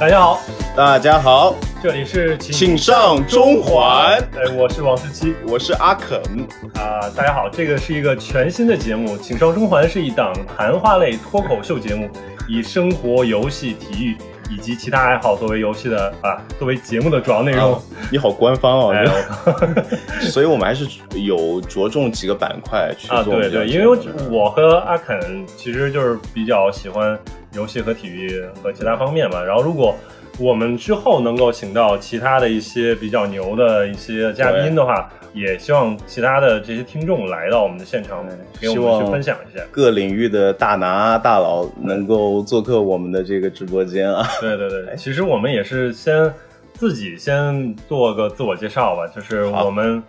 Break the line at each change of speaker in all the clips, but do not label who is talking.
大家好，
大家好，
这里是
请上中环。
对，我是王十七
我是阿肯，
啊、大家好，这个是一个全新的节目，《请上中环》是一档谈话类脱口秀节目，以生活、游戏、体育以及其他爱好作为游戏的啊，作为节目的主要内容。
你啊好官方哦，
哎
你好
我
所以我们还是有着重几个板块去
啊，
做我
对
们这个
对，
节目的。
因为我我和阿肯其实就是比较喜欢游戏和体育和其他方面嘛。然后如果我们之后能够请到其他的一些比较牛的一些嘉宾的话，也希望其他的这些听众来到我们的现场
对，
给
希
我
望
们去分享一下。
各领域的大拿大佬能够做客我们的这个直播间啊。
对对对，其实我们也是先自己先做个自我介绍吧，就是
好
我们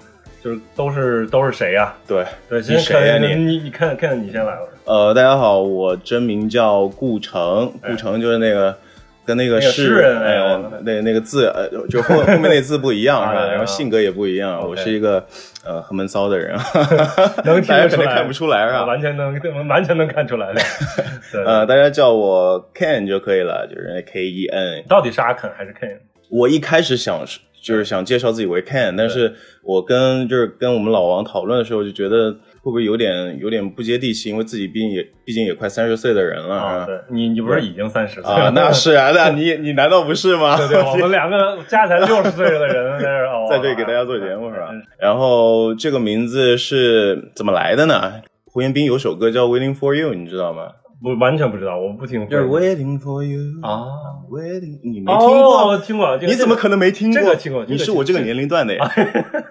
就是都是都是谁呀、啊
对，
对，先
你谁呀
看
你
你你看看你先来吧。
呃，大家好，我真名叫顾城，
哎
顾城就是那个。跟那个
那个诗人
哎
哎
呦，那那个字，呃，就后后面那字不一样是吧？
啊
然后性格也不一样。我
OK
是一个呃很闷骚的人，
能听
大家
得
可
出
能
来
看不出来是吧？
啊完全能 完全能看出 来的。对，
啊呃，大家叫我 Ken 就可以了，就是 K E N。
到底是阿肯还是 Ken？
我一开始想是就是想介绍自己为 Ken，但是我跟就是跟我们老王讨论的时候，就觉得会不会有点有点不接地气，因为自己毕竟也毕竟也快三十岁的人了
啊，
啊
对你你不是已经三十岁了
啊，那是啊，那你你难道不是 吗？
对对，我们两个加起来六十岁的人在哦啊这儿
在这给大家做节目是
嗯
吧？然后这个名字是怎么来的呢？胡彦斌有首歌叫《Waiting for You》，你知道吗？
我完全不知道，我不听。
就是 Waiting for You
啊，
，Waiting 你没听
哦，
过？
我听过。这个
你怎么可能没听过？
这个听过这个啊
你是我这个
听过
年龄段的呀。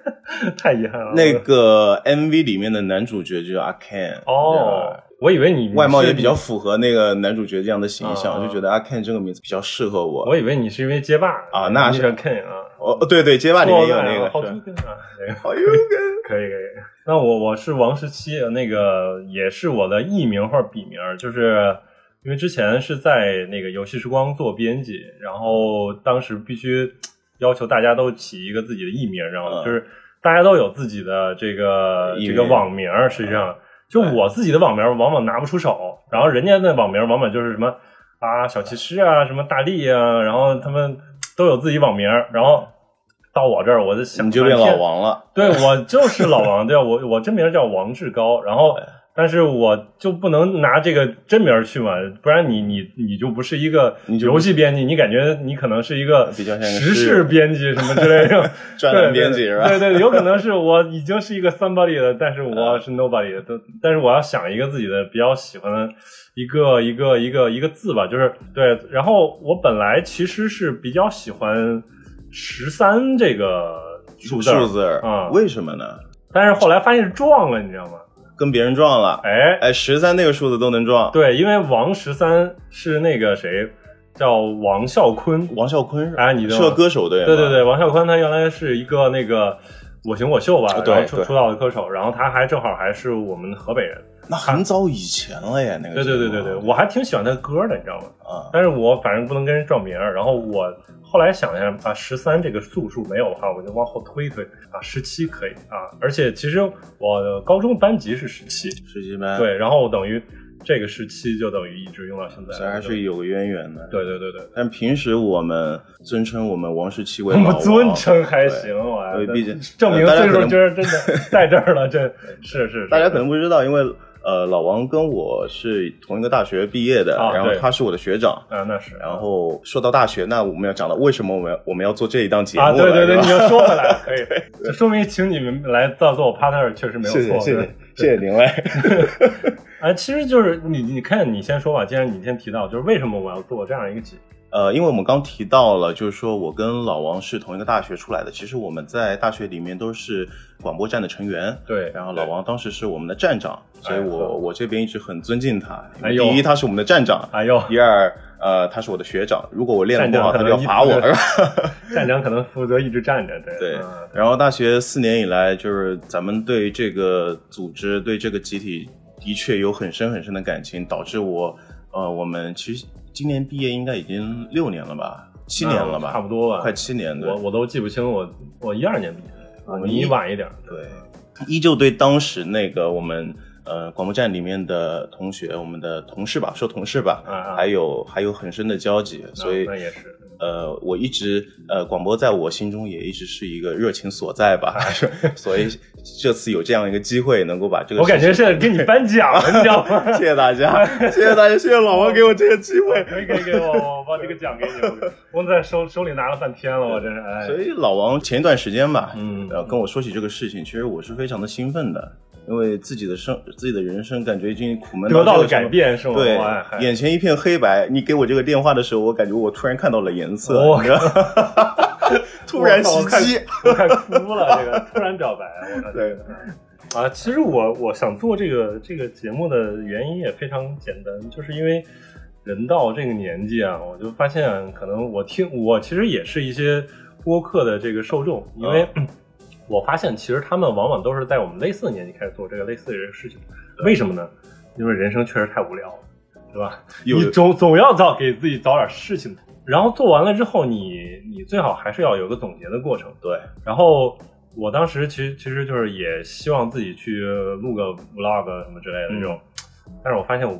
太遗憾了？
那个 MV 里面的男主角就是阿 Ken，
哦，我以为你
对啊吧，外貌也比较
是
符合那个男主角这样的形象，
啊
就觉得阿 Ken 这个名字比较适合我。
我以为你是因为街霸
啊那
你
是
选 Ken 啊。
哦，对对，街霸里面有那个哎
好
是吧。
听啊，这个
好有梗
可以可以。那我我是王十七，那个也是我的艺名或者笔名，就是因为之前是在那个游戏时光做编辑，然后当时必须要求大家都起一个自己的艺名，然后
嗯
就是大家都有自己的这个
艺名嗯
这个网名，实际上就
对
我自己的网名往往拿不出手，然后人家的网名往往就是什么啊小骑士啊，什么大力啊，然后他们都有自己网名，然后到我这儿我就想
你就变
半
老
天
王了。
对我就是老王，对啊我我真名叫王志高，然后但是我就不能拿这个真名去嘛，不然你你你就不是一个
你就
游戏编辑，你感觉你可能是一个
比较像个
时
诗
事
人，
编辑什么之类的
专栏编辑是吧
对对对，有可能是我已经是一个 somebody 了，但是我
啊
是 nobody 的，都但是我要想一个自己的比较喜欢的一个一个一个一个字吧，就是对。然后我本来其实是比较喜欢十三这个数字儿，
数字儿
啊
为什么呢？
但是后来发现是撞了，你知道吗？
跟别人撞了。
哎，
哎，十三那个数字都能撞。
对，因为王十三是那个谁叫王啸坤，
王啸坤是吧
哎你知道
是
吗
个歌手对吗
对对对，王啸坤他原来是一个那个我行我秀吧，
啊对
然后出
对
出道的歌手，然后他还正好还是我们河北人，
那很早以前了耶，那个
对对对
节
对哦
目
对，我还挺喜欢他歌的，你知道吗？
啊，
但是我反正不能跟人撞名儿，然后我后来想了一下，啊，十三这个素数没有的话，我就往后推一推啊，十七可以啊，而且其实我的高中班级是十七，
实习班，
对，然后等于这个时期就等于一直用到现在，
这还是有渊源的。
对对对对，
但平时我们尊称我们王十七为
我
老
们
王，
尊称还行，我还
对毕竟
证明
呃大家
岁
可
数
能
真是真的在这儿了， 这是是
大家可能不知道，因为呃，老王跟我是同一个大学毕业的，
啊
然后
对
他是我的学长。
啊那是，
然后说到大学，那我们要讲到为什么我们要我们要做这一档节目
啊
了
对对对，
是吧
你又说回来了，可以，这说明请你们来造作我 partner 确实没有
谢谢
错，
谢
对
谢谢谢您嘞。
哎，其实就是你，你看，你先说吧。既然你先提到，就是为什么我要做这样一个节目？
呃，因为我们刚提到了，就是说我跟老王是同一个大学出来的，其实我们在大学里面都是广播站的成员。
对
然后老王当时是我们的站长，所以
哎呵
我我这边一直很尊敬他。
哎呦
第一，他是我们的站长；
哎呦，
第二，呃，他是我的学长。如果我练得不好，
站
他
长
就要 罚我，
可能
是
一
吧？
站长可能负责一直站着，对
对
嗯
然后大学四年以来，就是咱们对这个组织、对这个集体的确有很深很深的感情，导致我，呃，我们其实今年毕业应该已经六年了吧，七年了吧，
啊差不多吧，
快七年，对
我。我都记不清，我我一二年毕业的，
我
我
们
啊你
一
晚一点，
对，依旧对当时那个我们呃广播站里面的同学、我们的同事吧，说同事吧，
啊啊
还有还有很深的交集，
那
所以
那也是，嗯
呃，我一直呃，广播在我心中也一直是一个热情所在 吧，所以这次有这样一个机会，能够把这个
我感觉
事情
是给你颁奖 了，你知道吗？
谢谢大家，谢谢大家，谢谢老王给我这个机会。
可以可以给我，我把这个奖给你，我我在手手里拿了半天了，我真是哎，
所以老王前一段时间吧，
嗯
呃，跟我说起这个事情，其实我是非常的兴奋的，因为自己的生自己的人生感觉已经苦闷
得到
这
了
个程
改
度。
变是吗？
对
哇哎嗨，
眼前一片黑白。你给我这个电话的时候，我感觉我突然看到了颜色，
我
你知道吗突然
我
袭
靠
击。
我快哭了，这个突然表白，我靠
对，
啊，其实我我想做这个这个节目的原因也非常简单，就是因为人到这个年纪啊，我就发现可能我听我其实也是一些播客的这个受众，因为 我发现其实他们往往都是在我们类似的年纪开始做这个类似的事情，为什么呢？因为人生确实太无聊了，对吧？
有
你总总要找给自己找点事情做，然后做完了之后你，你最好还是要有个总结的过程。
对，
然后我当时其实其实就是也希望自己去录个 vlog 啊什么之类
嗯
的这种，但是我发现我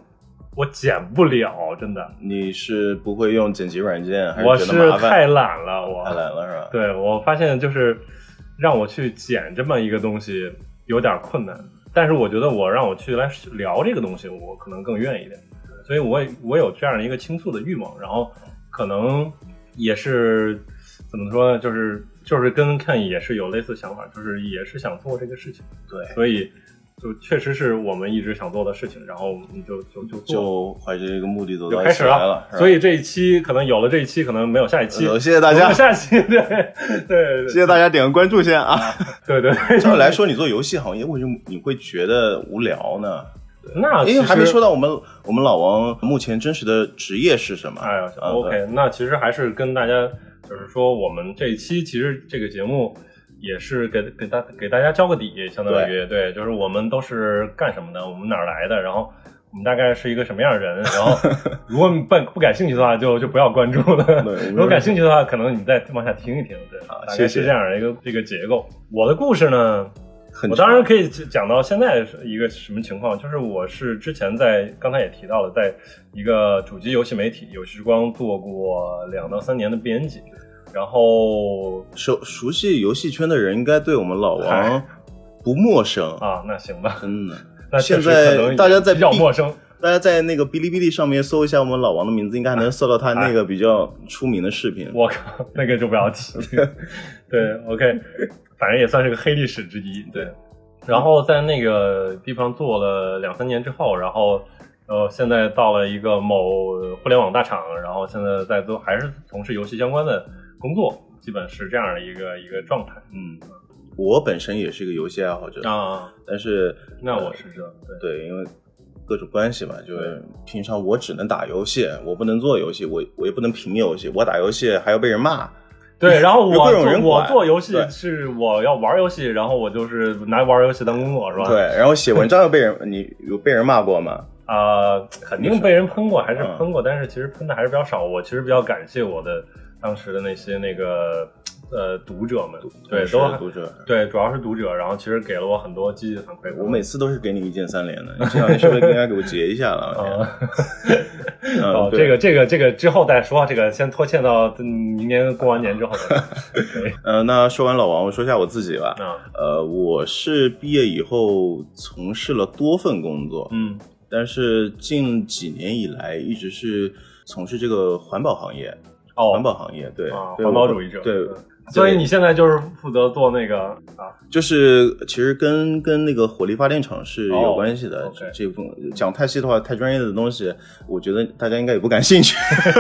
我剪不了，真的，
你是不会用剪辑软件，还
我
觉得
是
麻烦？
太懒了，我
太懒了是吧？
对我发现就是让我去剪这么一个东西有点困难，但是我觉得我让我去来聊这个东西，我可能更愿意一点，所以我也我有这样一个倾诉的欲望，然后可能也是怎么说呢，就是就是跟 Ken 也是有类似想法，就是也是想做这个事情，
对
所以就确实是我们一直想做的事情，然后你就就就做了。
就怀着这个目的走
就
到
开
一
始
起来了
了，，
是吧
所以这一期可能有了这一期，可能没有下一期。
呃谢谢大家
我们，下期对对对
谢谢大家点个关注先啊。
对对，
照理来说，你做游戏行业为什么你会觉得无聊呢？
那
因为还没说
到。
到我们我们老王目前真实的职业是什么？
哎呀
嗯
，OK，那其实还是跟大家就是说，我们这一期其实这个节目也是给给大给大家交个底，相当于对就是我们都是干什么的，我们哪儿来的，然后。我们大概是一个什么样的人？然后， 如果你不不感兴趣的话，就就不要关注了
对我。们
如果感兴趣的话，可能你再往下听一听。对，
好
大
谢
概
谢
是这样的一个这个结构。我的故事呢，
很
我
长
当然可以讲到现在是一个什么情况，就是我是之前在刚才也提到了，在一个主机游戏媒体有时光做过两到三年的编辑，然后
熟熟悉游戏圈的人应该对我们老王
嗨
不陌生，
啊，那行吧，
真的。
那确实
现在
可能也
大家在
比较
避
陌生，
大家在那个哔哩哔哩上面搜一下我们老王的名字，应该还能搜到他那个比较出名的视频。
我靠，那个就不要提。 对，OK，反正也算是个黑历史之一。对，然后在那个地方做了两三年之后，然后呃，现在到了一个某互联网大厂，然后现在在做还是从事游戏相关的工作，基本是这样的一个一个状态
嗯，我本身也是一个游戏爱好者，
啊。
但是
那我是这样，对
对，因为各种关系嘛，就是平常我只能打游戏，我不能做游戏，我我也不能评游戏，我打游戏还要被人骂。
对。然后
有
我
各种人
做我
管
做游戏
对
是我要玩游戏，然后我就是拿玩游戏当工作，是吧？
对，然后写文章又被人，你有被人骂过吗？
啊、肯定被人喷过，还是
嗯
喷过，但是其实喷的还是比较少。我其实比较感谢我的当时的那些那个呃读者们，对，
是的
都
读者。
对，主要是读者，然后其实给了我很多积极的反馈。
我每次都是给你一键三连的，你这 两天是不是应该给我截一下了？我
啊，
天嗯
哦，
对
这个这个这个之后再说，这个先拖欠到嗯明年过完年 之后再说。对
呃，那说完老王，我说一下我自己吧。
啊，
呃，我是毕业以后从事了多份工作，
嗯
但是近几年以来一直是从事这个环保行业。
哦，
环保行业，对，
啊
对
环保
我
主义者
对
嗯，所以你现在就是负责做那个啊，
就是其实跟跟那个火力发电厂是有
哦
关系的。
OK
这部分讲太细的话，太专业的东西，我觉得大家应该也不感兴趣。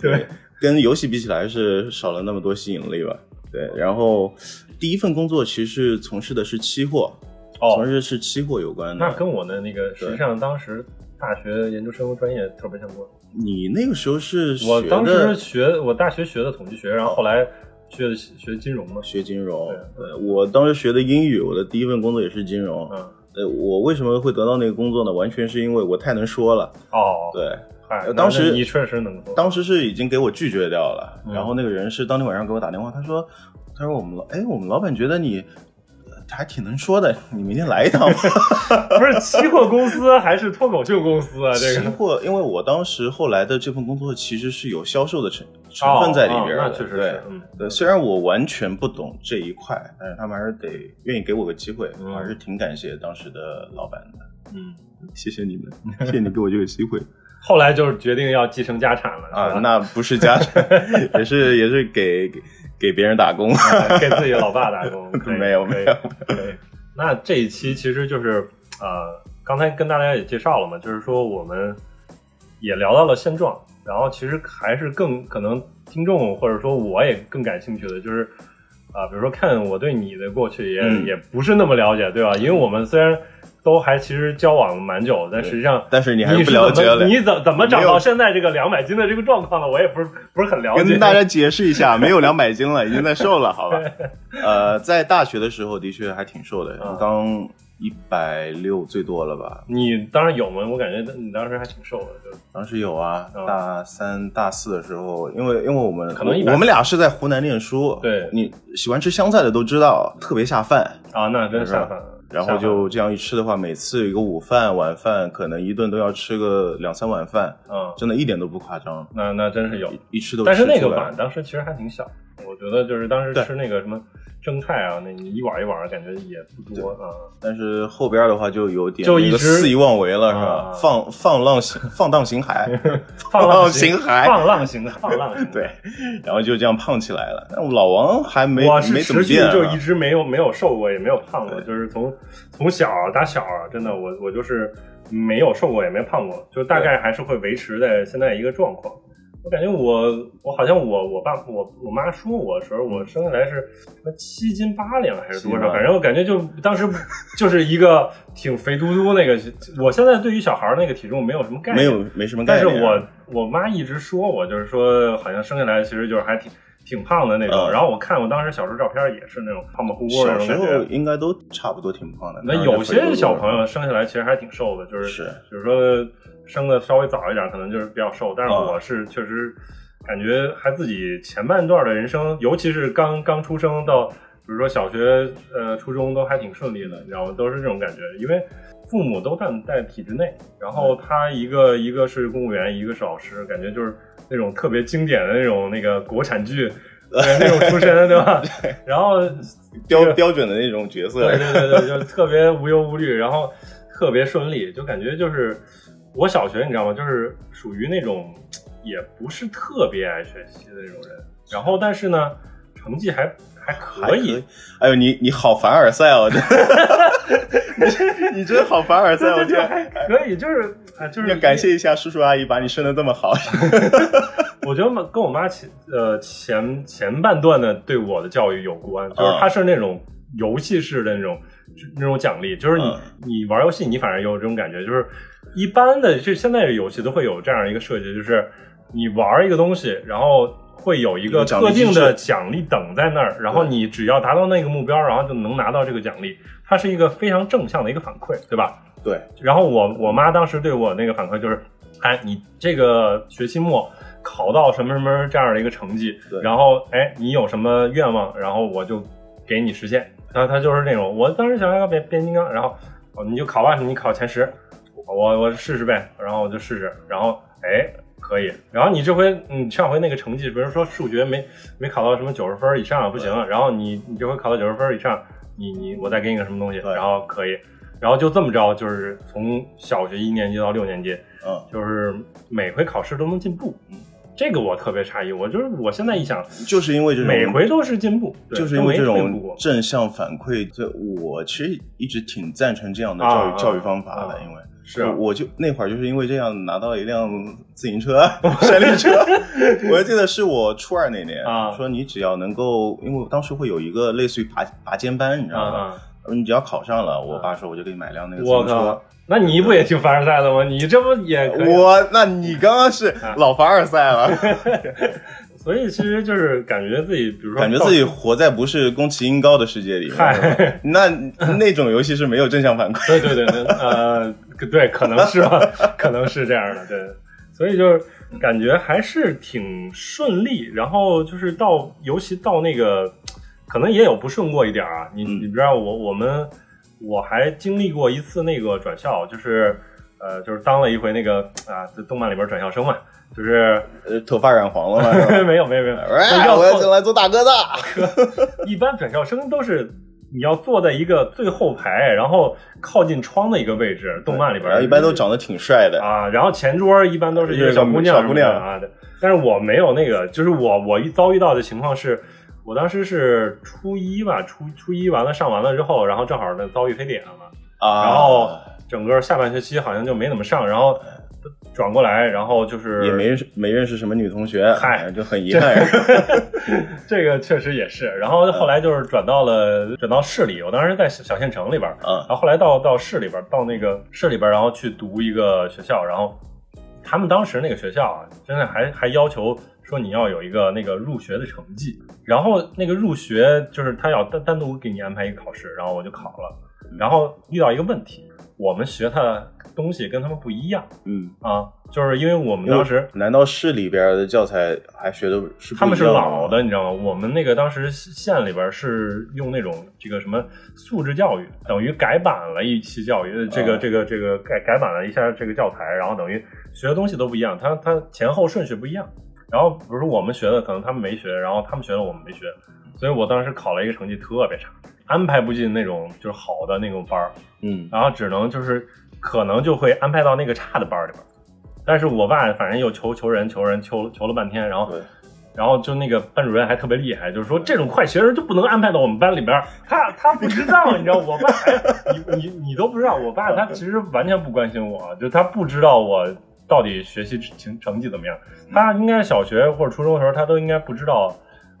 对，
跟游戏比起来是少了那么多吸引力吧。对，然后第一份工作其实是从事的是期货，从
哦，
事是期货有关的。
那跟我的那个，实际上当时大学研究生专业特别相关。
你那个时候是学
我
的
当时学我大学学的统计学，然后后来去的学金融嘛。
学金融
对，
对我当时学的英语，我的第一份工作也是金融。
嗯，
呃，我为什么会得到那个工作呢？完全是因为我太能说了。
哦，
对，
嗨，
当
那
时
你确实能做。
当时是已经给我拒绝掉了，
嗯
然后那个人是当天晚上给我打电话，他说，他说我们老，哎，我们老板觉得你呃还挺能说的，你明天来一趟吧。
不是期货公司还是脱口秀公司 啊？这
期
个
货，因为我当时后来的这份工作其实是有销售的成成分在里边
哦
的，
哦那确实
对
是。。嗯，
对，呃虽然我完全不懂这一块，但是他们还是得愿意给我个机会，
嗯
我还是挺感谢当时的老板的，
嗯，
谢谢 你们，谢谢你给我这个机会。
后来就是决定要继承家产了
啊，
是吧
那不是家产， 也是也是给给给别人打工。。
给自己老爸打工
没有
可以
没有。
可以可以那这一期其实就是呃，刚才跟大家也介绍了嘛，就是说我们也聊到了现状，然后其实还是更可能听众或者说我也更感兴趣的就是。啊，比如说看我对你的过去也、
嗯
也不是那么了解，对吧？因为我们虽然都还其实交往蛮久，但
对
实际上
但是你
你
还
是
是不了解
怎
了
么，你怎怎么长
没有
到现在这个两百斤的这个状况的？我也不是不是很了解。
跟大家解释一下，没有两百斤了，已经在瘦了，好 吧？呃，在大学的时候的确还挺瘦的
啊，
刚一百六最多了吧？
你当时有吗？我感觉你当时还挺瘦的，就
当时有啊，
啊
大三大四的时候，因为因为我们
可能一
我
百
我们俩是在湖南念书，
对
你喜欢吃香菜的都知道，特别下饭。
啊，那真下饭了。
然后就这样一吃的话，每次有一个午饭、晚饭，可能一顿都要吃个两三碗饭，
下饭了嗯，
真的一点都不夸张，
那那真是有。
一吃都吃
但是那个
出来
碗当时其实还挺小，我觉得就是当时
对
吃那个什么蒸菜啊，那你一碗一碗感觉也不多啊。
但是后边的话就有点
就一
那个
直
肆意妄为了，是
啊
吧？放放浪形放荡 形骸，
放浪
形骸，
放浪形的，放浪形的。
哦 对，然后就这样胖起来了。但老王还没
我是
没怎么
持续
变啊，
就一直没有没有瘦过，也没有胖过，
对
就是从从小打小啊真的我我就是没有瘦过，也没胖过，就大概还是会维持在现在一个状况。我感觉我我好像我我爸我我妈说我的时候，我生下来是什么七斤八两还是多
嗯七斤
少？
八
反正我感觉就当时就是一个挺肥嘟嘟那个。我现在对于小孩儿那个体重没有什么概念，
没有没什么
但
概
是
念啊。
我我妈一直说我，就是说好像生下来其实就是还挺挺胖的那种。
嗯
然后我看我当时小时候照片也是那种胖胖乎乎那
小
种
时
感
候
觉。
应该都差不多挺胖的。
那
当然
有
在非洲
些小朋
的
友生下来其实还挺瘦的，就是
时候是
比如说生的稍微早一点，可能就是比较瘦。但是
嗯
我是确实感觉还自己前半段的人生，尤其是刚刚出生到，比如说小学、呃初中都还挺顺利的，你知道吗？都是这种感觉，因为父母都站在体制内，然后他一个一个是公务员，一个是老师，感觉就是那种特别经典的那种那个国产剧。对那种出身，对吧？然后
标标准的那种角色
对，对对对，就特别无忧无虑，然后特别顺利，就感觉就是我小学你知道吗？就是属于那种也不是特别爱学习的那种人，然后但是呢，成绩还还
还
可以。。
哎呦，你你好凡尔赛哦！ 你你真好凡尔赛，
对
我
对
这
对，还可以，就是啊，就是
要感谢一下叔叔阿姨把你生的这么好。
我觉得跟我妈前呃前前半段呢对我的教育有关，
啊
就是她是那种游戏式的那种、那种奖励，就是你、
嗯
你玩游戏，你反正有这种感觉，就是一般的就现在的游戏都会有这样一个设计，就是你玩一个东西，然后。会有一
有
个
奖励
特定
机制
的奖励等在那儿，然后你只要达到那个目标，然后就能拿到这个奖励，它是一个非常正向的一个反馈，对吧？
对，
然后我我妈当时对我那个反馈就是，哎，你这个学期末考到什么什么这样的一个成绩
对，
然后哎，你有什么愿望，然后我就给你实现。然后她就是那种，我当时想要个变变形金刚，然后哦你就考吧，你考前十，我我试试呗，然后我就试试，然后哎。可以，然后你这回你上回那个成绩，比如说数学没没考到什么九十分以上啊不行，然后你你这回考到九十分以上，你你我再给你个什么东西，
对
然后可以，然后就这么着，就是从小学一年级到六年级，
嗯，
就是每回考试都能进步。这个我特别诧异，我就是我现在一想，
就是因为这种
每回都是进步，对
就是因为这
都没退步
种
过
正向反馈，这我其实一直挺赞成这样的教育、
啊
教育方法的，
啊
因为
是
我我就那会儿就是因为这样拿到了一辆自行车、 山地车，我还记得是我初二那年，
啊
说你只要能够，因为我当时会有一个类似于拔拔尖班，你知道吗？
啊，
你只要考上了，我爸说我就给你买辆那个自
我
行
靠
车。，
那你不也去凡尔赛了吗？你这不也可以？
我那你刚刚是
啊
老凡尔 赛了，
所以其实就是感觉自己，比如说
感觉自己活在不是宫崎英高的世界里。
嗨，
那那种游戏是没有正向反馈。
对对对对，呃，对，可能是 吧，可能是这样的，对，所以就是感觉还是挺顺利，然后就是到，尤其到那个，可能也有不顺过一点啊，你
嗯
你知道我我们我还经历过一次那个转校，就是呃，就是当了一回那个啊，在动漫里边转校生嘛，就是
呃，头发染黄了吗？是吧
没有没有没有，
哎
要
我要
做
进来做大哥大。
一般转校生都是你要坐在一个最后排，然后靠近窗的一个位置。动漫里边
然后
儿
一般都长得挺帅的。
啊，然后前桌一般都是一个
对
小姑娘
小
什
姑
么
娘
的啊对。但是我没有那个，就是我我一遭遇到的情况是。我当时是初一吧，初初一完了上完了之后，然后正好那遭遇非典了嘛，
啊，
然后整个下半学期好像就没怎么上，然后转过来，然后就是
也没认识没认识什么女同学，哎
嗨
就很遗憾。
这个确实也是。然后后来就是转到了转到市里，我当时在小小县城里边儿，
啊
然后后来到到市里边儿，到那个市里边儿，然后去读一个学校，然后他们当时那个学校啊，真的还还要求说你要有一个那个入学的成绩，然后那个入学就是他要单单独给你安排一个考试，然后我就考了，然后遇到一个问题，我们学的东西跟他们不一样
嗯，
啊，就是因为我们
因为
当时
难道市里边的教材还学的是不一样的吗
他们是老的，你知道吗？我们那个当时县里边是用那种这个什么素质教育，等于改版了一期教育，呃这个
啊
这个这个改改版了一下这个教材，然后等于学的东西都不一样，它它前后顺序不一样。然后比如说我们学的可能他们没学，然后他们学的我们没学，所以我当时考了一个成绩特别差，安排不进那种就是好的那种班儿，
嗯，
然后只能就是可能就会安排到那个差的班儿里边儿。但是我爸反正又求求人求人求求了半天，然后
对，
然后就那个班主任还特别厉害，就是说这种快学生就不能安排到我们班里边儿，他他不知道，你知道，我爸还你你你都不知道，我爸他其实完全不关心我，就他不知道我到底学习成成绩怎么样，他应该小学或者初中的时候，他都应该不知道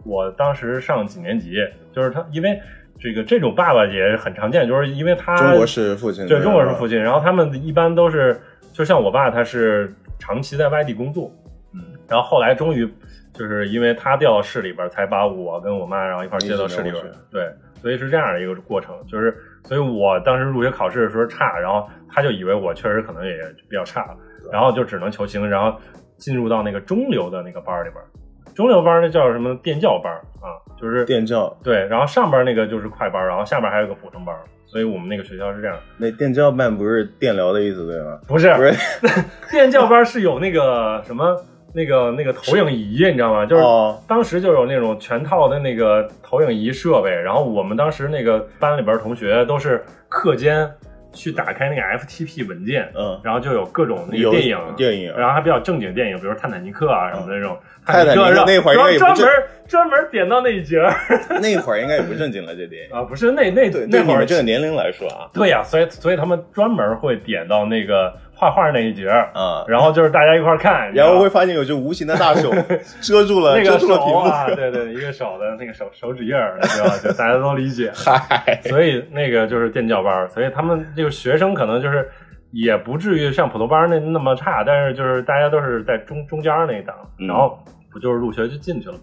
我当时上几年级，就是他因为这个这种爸爸也很常见，就是因为他
中国式父亲，
对，中国是父
亲，
亲。然后他们一般都是，就像我爸，他是长期在外地工作，
嗯，
然后后来终于就是因为他调到市里边儿，才把我跟我妈然后一块儿接到市里边
一
儿
起调。
对，所以是这样的一个过程，就是所以我当时入学考试的时候差，然后他就以为我确实可能也比较差了，然后就只能求星，然后进入到那个中流的那个班儿里边儿。中流班儿那叫什么电教班儿啊，就是
电教
对，然后上边儿那个就是快班儿，然后下边儿还有个普通班儿，所以我们那个学校是这样的。
那电教班不是电疗的意思对吗？
不是，
不是
电教班是有那个什么那个那个投影仪，你知道吗？就是
哦，
当时就有那种全套的那个投影仪设备，然后我们当时那个班里边同学都是课间去打开那个 FTP 文件，
嗯，
然后就有各种那个
有
电影。
电影，
然后还比较正经电影，比如《泰坦尼克》啊什么的那种。
泰坦尼克
然后
那会儿
然
应该
后
也不
专
正
门专门点到那一节儿
那会儿应该也不正经了，这 电影。
啊，不是那那
对，对
那
你
会儿
们这个年龄来说啊，
对呀、所以所以他们专门会点到那个画画那一节儿，
啊，
然后就是大家一块儿看，你知
然
道
后
吗
会发现有只无形的大手 遮住了
那
遮
个
住
手
了屏幕，。
啊，对对，一个手的那个手手指印儿，对吧？就大家都理解
嗨，
所以那个就是电教班儿，所以他们这个学生可能就是也不至于像普通班儿那那么差，但是就是大家都是在中中间儿那一档，
嗯
然后不就是入学就进去了吗？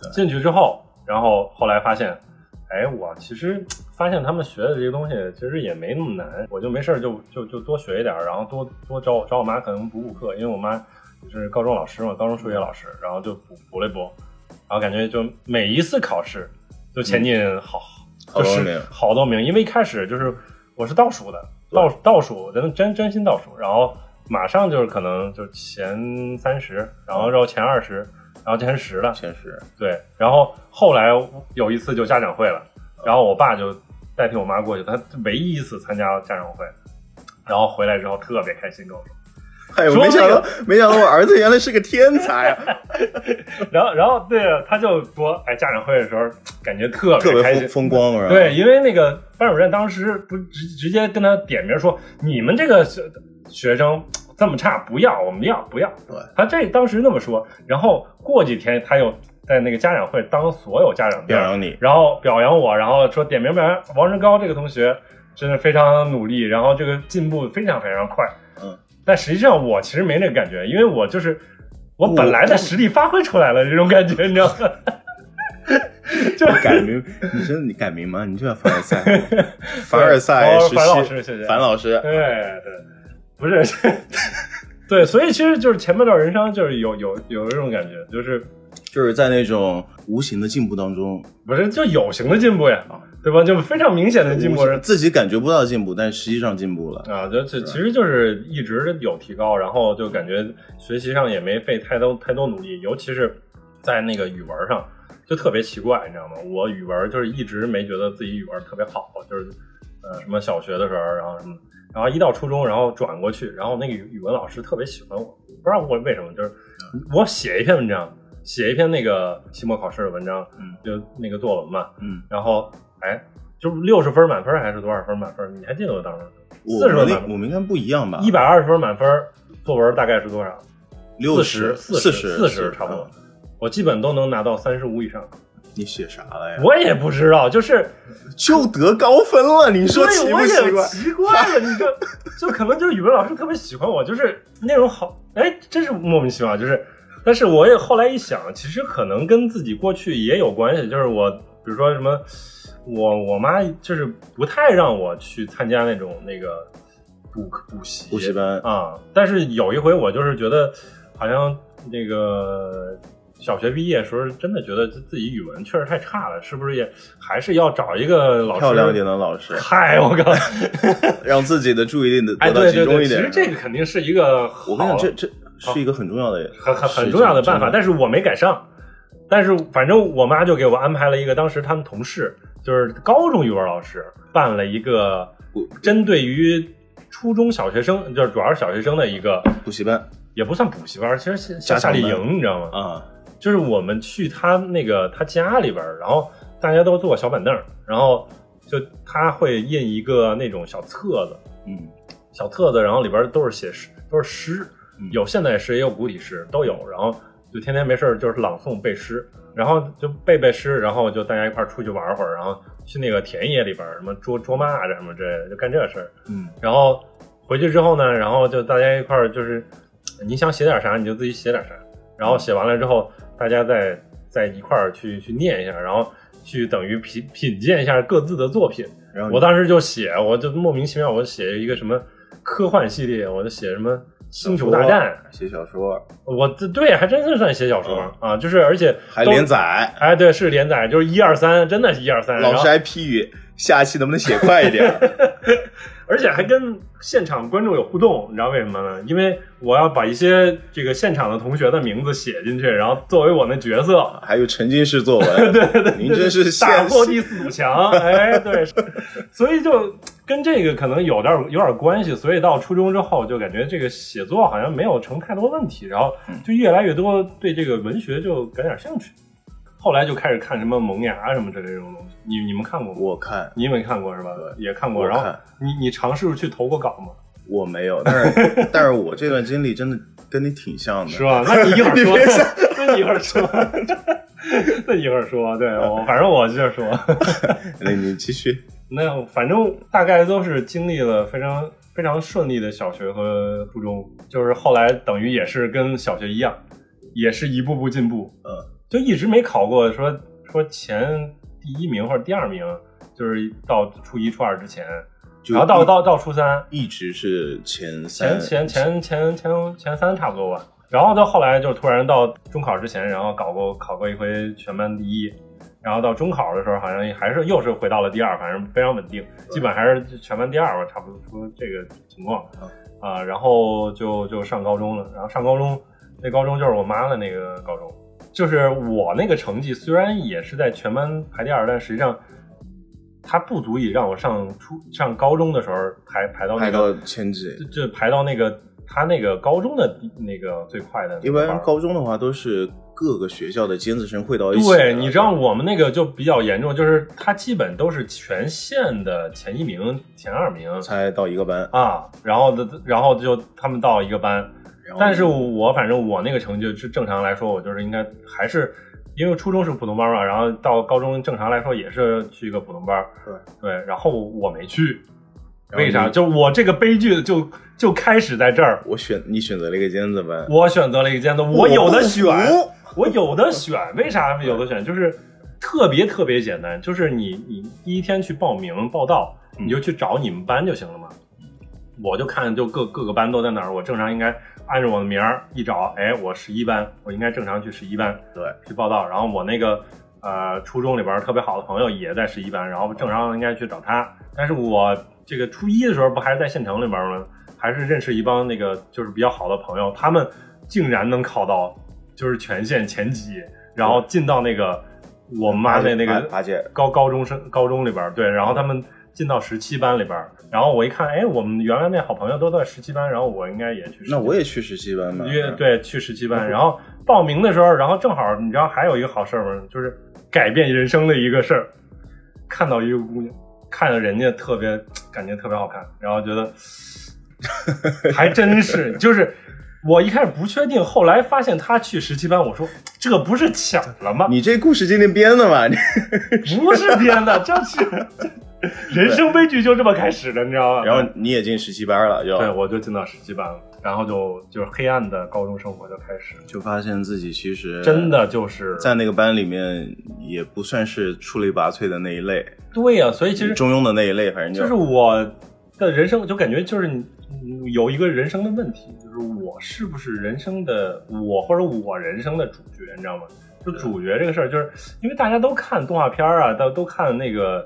对
进去之后，然后后来发现，哎，我其实发现他们学的这些东西其实也没那么难，我就没事儿就就就多学一点儿，然后多多找我找我妈可能补补课，因为我妈是高中老师嘛，高中数学老师，然后就补补了一补，然后感觉就每一次考试就前进好、
嗯好
就
多
是
名
好多名，因为一开始就是我是倒数的，
对
倒倒数真真真心倒数，然后马上就是可能就前三十，然
嗯
后之后前二十，然后前十了，
前十，
对，然后后来有一次就家长会了，然后我爸就代替我妈过去，他唯一一次参加家长会，然后回来之后特别开心跟我说：“
哎呦，
说
没
那
想
个
到，没想到我儿子原来是个天才啊，
然后，然后对，他就说，哎，家长会的时候感觉特
特
别开
别
心。
风风光，是吧？
对，因为那个班主任当时不是直直接跟他点名说，你们这个学学生这么差，不要，我们要不要？
对，
他这当时那么说，然后过几天他又在那个家长会当所有家长面
表扬你
然后表扬我，然后说点名表扬王志高这个同学真的非常努力，然后这个进步非常非常快。
嗯，
但实际上我其实没那个感觉，因为我就是我本来的实力发挥出来了这种感觉，你知道吗？就
改名，你真的你改名吗？你就叫凡尔 赛， 凡尔赛
哦
时期，
樊老师谢谢
樊老师，
对对，不是， 是对，所以其实就是前半段人生就是有有有这种感觉，就是
就是在那种无形的进步当中，
不是就有形的进步呀，对吧？就非常明显的进步
无形自己感觉不到进步，但实际上进步了。
啊，就这其实就是一直有提高，然后就感觉学习上也没费太多太多努力，尤其是在那个语文上，就特别奇怪，你知道吗？我语文就是一直没觉得自己语文特别好，就是呃什么小学的时候，然后什么，然后一到初中，然后转过去，然后那个语语文老师特别喜欢我，不知道我为什么，就是我写一篇文章，写一篇那个期末考试的文章，
嗯
就那个作文嘛，
嗯，
然后哎，就是六十分满分还是多少分满分？你还记得我当时？
我
40
我
分
那
吧
我们应该不一样吧？
一百二十分满分，作文大概是多少？
六
十、
四
四
十、
四十差不多
嗯。。
我基本都能拿到三十五以上，
你写啥了呀？
我也不知道，就是
就得高分了，你说
对
奇
我
不
也
奇怪？
奇怪了，你就 就可能就是语文老师特别喜欢我，就是那种好，哎，真是莫名其妙，就是，但是我也后来一想，其实可能跟自己过去也有关系，就是我比如说什么，我我妈就是不太让我去参加那种那个补补习
补习班
啊，但是有一回我就是觉得，好像那个小学毕业时候，真的觉得自己语文确实太差了，是不是也还是要找一个老师
漂亮一点的老师，
嗨，我 靠！
让自己的注意力得
哎，
得到
对
集
对
中
对，
一
其
点。啊
实这个肯定是一个好
我跟你讲，这这是一个很重要的、
很很很重要的办法，
是
但是我没赶上。但是反正我妈就给我安排了一个，当时他们同事就是高中语文老师办了一个
补
针对于初中小学生，就是主要是小学生的一个，
补习班
也不算补习班，其实像
加
夏
强
令
班
营，你知道吗？
啊，
就是我们去他那个他家里边儿，然后大家都坐小板凳儿，然后就他会印一个那种小册子，
嗯，
小册子，然后里边都是写诗，都是诗
嗯，
有现代诗也有古体诗，都有。然后就天天没事儿就是朗诵背诗，然后就背背诗，然后就大家一块儿出去玩会儿，然后去那个田野里边儿什么捉捉蚂蚱什么之类的，就干这事儿。
嗯，
然后回去之后呢，然后就大家一块儿就是你想写点啥你就自己写点啥，然后写完了之后大家再再一块儿去去念一下，然后去等于品品鉴一下各自的作品。
嗯然后
我当时就写，我就莫名其妙，我写一个什么科幻系列，我就写什么星球大战，
写小说，
我这对还真是算写小说、啊，就是而且
嗯还
都
连，载，
哎对，是连载，就是一二三，真的是一二三，
老
然后
师还批语，下期能不能写快一点？
而且还跟现场观众有互动，你知道为什么呢？因为我要把一些这个现场的同学的名字写进去，然后作为我那角色，
还有沉浸式作 文，对对对，您真是现
打破第四堵墙，哎，对，是所以就跟这个可能有点有点关系，所以到初中之后就感觉这个写作好像没有成太多问题，然后就越来越多对这个文学就感点兴趣，后来就开始看什么《萌芽》啊什么之类这种东西，你你们看过吗？
我看
你们看过是吧？也看过，
我
然后
看
你你尝试去投过稿吗？
我没有，但是但是我这段经历真的跟你挺像的，
是吧？那你一会儿
你别
说，那你一会儿 说，那你一会儿说，对我反正我接着说。
你哎你继续，
那反正大概都是经历了非常非常顺利的小学和初中，就是后来等于也是跟小学一样，也是一步步进步，
嗯，
就一直没考过说说前第一名或者第二名，就是到初一初二之前，
就
然后到
一
到到初三，
一直是前
前
三
前前前前前三差不多吧。然后到后来就突然到中考之前，然后搞过考过一回全班第一，然后到中考的时候好像还是又是回到了第二，反正非常稳定，基本还是全班第二吧，差不多说这个情况
嗯
啊、然后就就上高中了，然后上高中那高中就是我妈的那个高中，就是我那个成绩虽然也是在全班排第二，但实际上它不足以让我上初上高中的时候排排到那
排
个
到前几，
就就排到那个他那个高中的那个最快的那
一
个班儿，
般高中的话都是各个学校的尖子生汇到一起的。
对，你知道我们那个就比较严重，就是他基本都是全县的前一名、前二名
才到一个班，
啊，然后的，然后就他们到一个班，
然后
但是我反正我那个成绩是正常来说，我就是应该还是因为初中是普通班嘛，然后到高中正常来说也是去一个普通班，
对
对，然后我没去，
然后
为啥？
你
就我这个悲剧就就开始在这儿，
我选你选择了一个尖子班，
我选择了一个尖子，我有的选，
我
我有的选，为啥有的选？就是特别特别简单，就是你你第一天去报名报到，
嗯
你就去找你们班就行了嘛。我就看就各各个班都在哪儿，我正常应该按照我的名儿一找，哎，我十一班，我应该正常去十一班
不对，
去报到。然后我那个呃初中里边儿特别好的朋友也在十一班，然后正常应该去找他。但是我这个初一的时候不还是在县城里边儿吗？还是认识一帮那个就是比较好的朋友，他们竟然能考到就是全县前几，然后进到那个我妈那那
八
个
八届，
高高中生高中里边儿，对，然后他们进到十七班里边儿，然后我一看，哎，我们原来那好朋友都在十七班，然后我应该也去17班。
那我也去十七班吧，
约对去十七班，然后报名的时候，然后正好你知道还有一个好事儿吗？就是改变人生的一个事儿，看到一个姑娘，看着人家特别感觉特别好看，然后觉得 还真是就是。我一开始不确定，后来发现她去十七班，我说这不是巧了吗？
你这故事今天编 的吧？你
不是编的，这是人生悲剧就这么开始的，你知道吗？
然后你也进十七班了，就
对我就进到十七班了，然后就就是黑暗的高中生活就开始了，
就发现自己其实
真的就是
在那个班里面也不算是出类拔萃的那一类，
对呀、所以其实
中庸的那一类，反正
就是我的人生，就感觉就是你嗯有一个人生的问题，就是我是不是人生的我或者我人生的主角，你知道吗？就主角这个事儿，就是因为大家都看动画片儿啊，都都看那个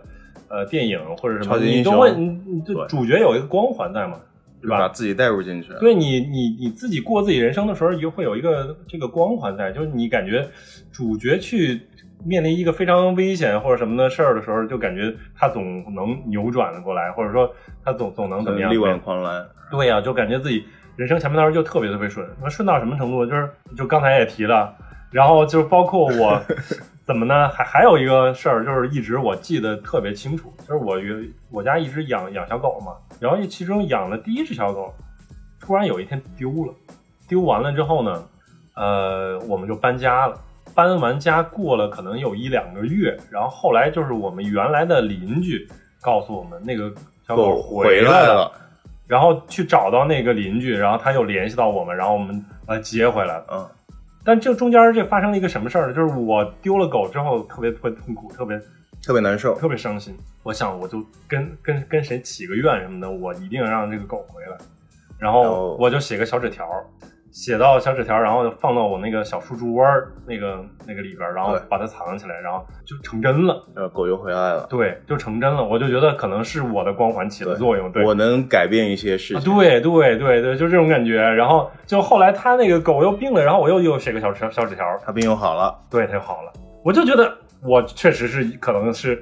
呃电影或者什么，
超级英
你
雄
都会你你对
对
主角有一个光环在嘛，对吧？
把自己带入进去。
对你，你你自己过自己人生的时候，就会有一个这个光环在，就是你感觉主角去面临一个非常危险或者什么的事儿的时候，就感觉他总能扭转了过来，或者说他总总能怎么样
呃力？挽狂澜，
对呀、就感觉自己人生前面的时候就特别特别顺，那顺到什么程度？就是就刚才也提了，然后就是包括我 怎么呢？还还有一个事儿，就是一直我记得特别清楚，就是我原我家一直养养小狗嘛，然后其中养了第一只小狗，突然有一天丢了，丢完了之后呢，呃，我们就搬家了。搬完家过了可能有一两个月，然后后来就是我们原来的邻居告诉我们，那个小狗
回
来
来了，
然后去找到那个邻居，然后他又联系到我们，然后我们呃接回来了。
嗯，
但这中间这发生了一个什么事儿呢？就是我丢了狗之后，特别特别痛苦，特别
特别难受。
特别伤心。我想，我就跟跟跟谁起个愿什么的，我一定让这个狗回来。然
然
后
后
我就写个小纸条，写到小纸条，然后就放到我那个小书桌儿那个那个里边儿，然后
对
把它藏起来，然后就成真了。
呃，狗又回来了，
对，就成真了。我就觉得可能是我的光环起了
对
作用。对，
我能改变一些事
啊，
情。
对对对对，就这种感觉。然后就后来他那个狗又病了，然后我又又写个小纸小纸条，
他病又好了
对，它就好了。我就觉得我确实是可能是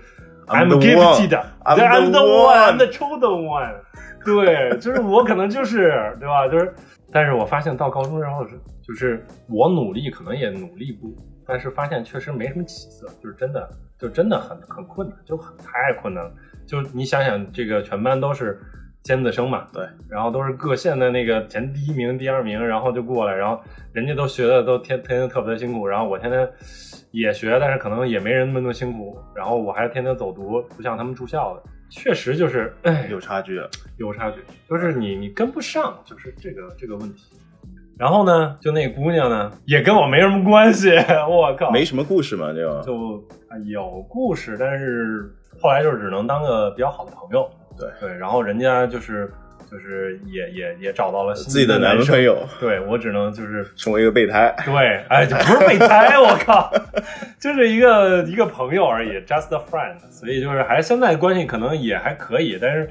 I'm the
gifted，对 I'm
I'm the
the
one
one，I'm the chosen one。对，就是我可能就是对吧？就是，但是我发现到高中之后是，就是我努力可能也努力不，但是发现确实没什么起色，就是真的就真的很很困难，就很太困难了。就你想想，这个全班都是尖子生嘛，
对，
然后都是各县的那个前第一名、第二名，然后就过来，然后人家都学的都天天天特别辛苦，然后我天天也学，但是可能也没人那么辛苦，然后我还天天走读，不像他们住校的，确实就是哎
有差距了。
有差距，就是你你跟不上，就是这个这个问题。然后呢，就那姑娘呢，也跟我没什么关系， 我靠，
没什么故事嘛，就
就啊有故事，但是后来就是只能当个比较好的朋友。
对
对，然后人家就是就是也也也找到了
自己的
男
男
生
朋，友
对我只能就是
成为一个备胎。
对，哎，就不是备胎，我靠， 就是一个一个朋友而已，just a friend。所以就是还现在关系可能也还可以，但是、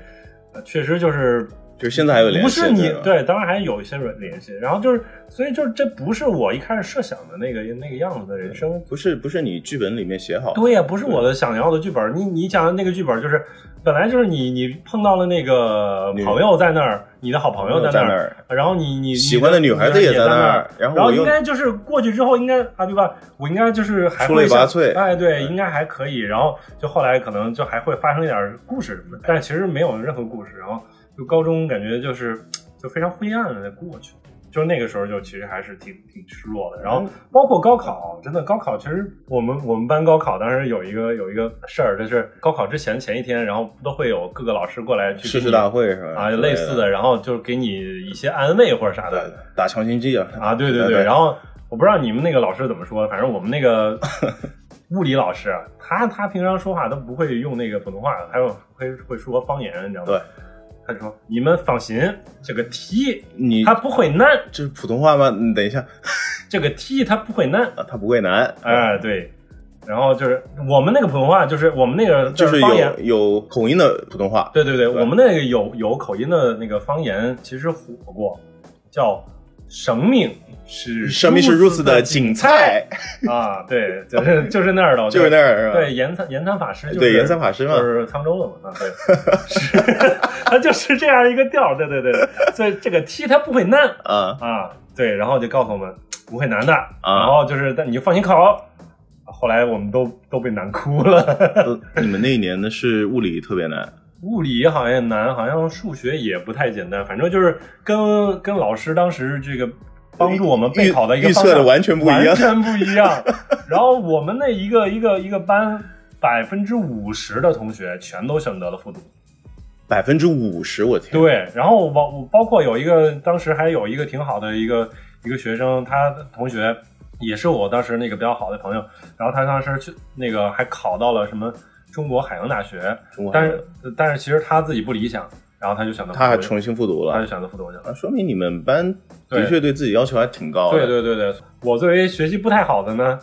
呃确实就是
就是现在还有联
不
系，
是你
吧
对，当然还有一些联系。然后就是，所以就是这不是我一开始设想的那个那个样子的人生。
不是不是你剧本里面写好的，
对呀，不是我的想要的剧本。你你讲的那个剧本就是，本来就是你你碰到了那个
女
朋友在那儿，你的好朋友
在
那
那
儿，
儿，
然后你你
喜欢的女孩子
你
也
也
在那
那
儿，然
然
后
后
我
应
又
该就是过去之后，应该啊，对吧？我应该就是还
出类
会想
拔萃
哎，对，应该还可以。然后就后来可能就还会发生一点故事什么的，但其实没有任何故事。然后就高中感觉就是就非常灰暗的过去，就是那个时候就其实还是挺挺失落的。然
嗯
后包括高考，真的高考，其实我们我们班高考当时有一个有一个事儿，就是高考之前前一天，然后都会有各个老师过来去
誓
给
师
你
大会是吧？
啊
之
类
的
似，的，然后就是给你一些安慰或者啥的
对。打强心剂啊
啊，对对
对
对，然后我不知道你们那个老师怎么说，反正我们那 个物理老师，他他平常说话都不会用那个普通话，还有会会说方言，你知道吗？
对，
他就说你们放心，这个题
你
他不会难，
这是普通话吗？嗯你等一下，
这个题他不会难，
啊，他不会难，
哎、对。然后就是我们那个普通话，就是我们那个
就是
方言
有，有口音的普通话，
对对对，
对
我们那个有有口音的那个方言其实火过，叫“生命是
生命是如此的
精
精
彩”。
彩，
啊，对，就是就是那儿的，我
就是那
儿。
儿是吧？
对，言参言参法师就是
对言参法师嘛
就是沧州的嘛，啊，对， 是，他就是这样一个调儿，对对对，所以这个踢他不会难
啊，
啊，对，然后就告诉我们不会难的，然后就是但你就放心考，后来我们都都被难哭了，
呃你们那一年的是物理特别难，
物理好像也难，好像数学也不太简单，反正就是跟跟老师当时这个帮助我们备考的一个
预预
方
测的
向
完全不一
完
样，
全不一样。 然后我们那一个一个一个班，百分之五十的同学全都选择了复读。
百分之五十，我天，
对，然后我我包括有一个当时还有一个挺好的一个一个学生，他同学也是我当时那个比较好的朋友，然后他当时去那个还考到了什么中国海洋大学，
中国
但
还有
是但是其实他自己不理想，然后他就选择
他还
复读
重新复读
他就
了，
选择复读去了。
啊，说明你们班
哎对
的确对自己要求还挺高的，
对对对对，我作为学习不太好的呢，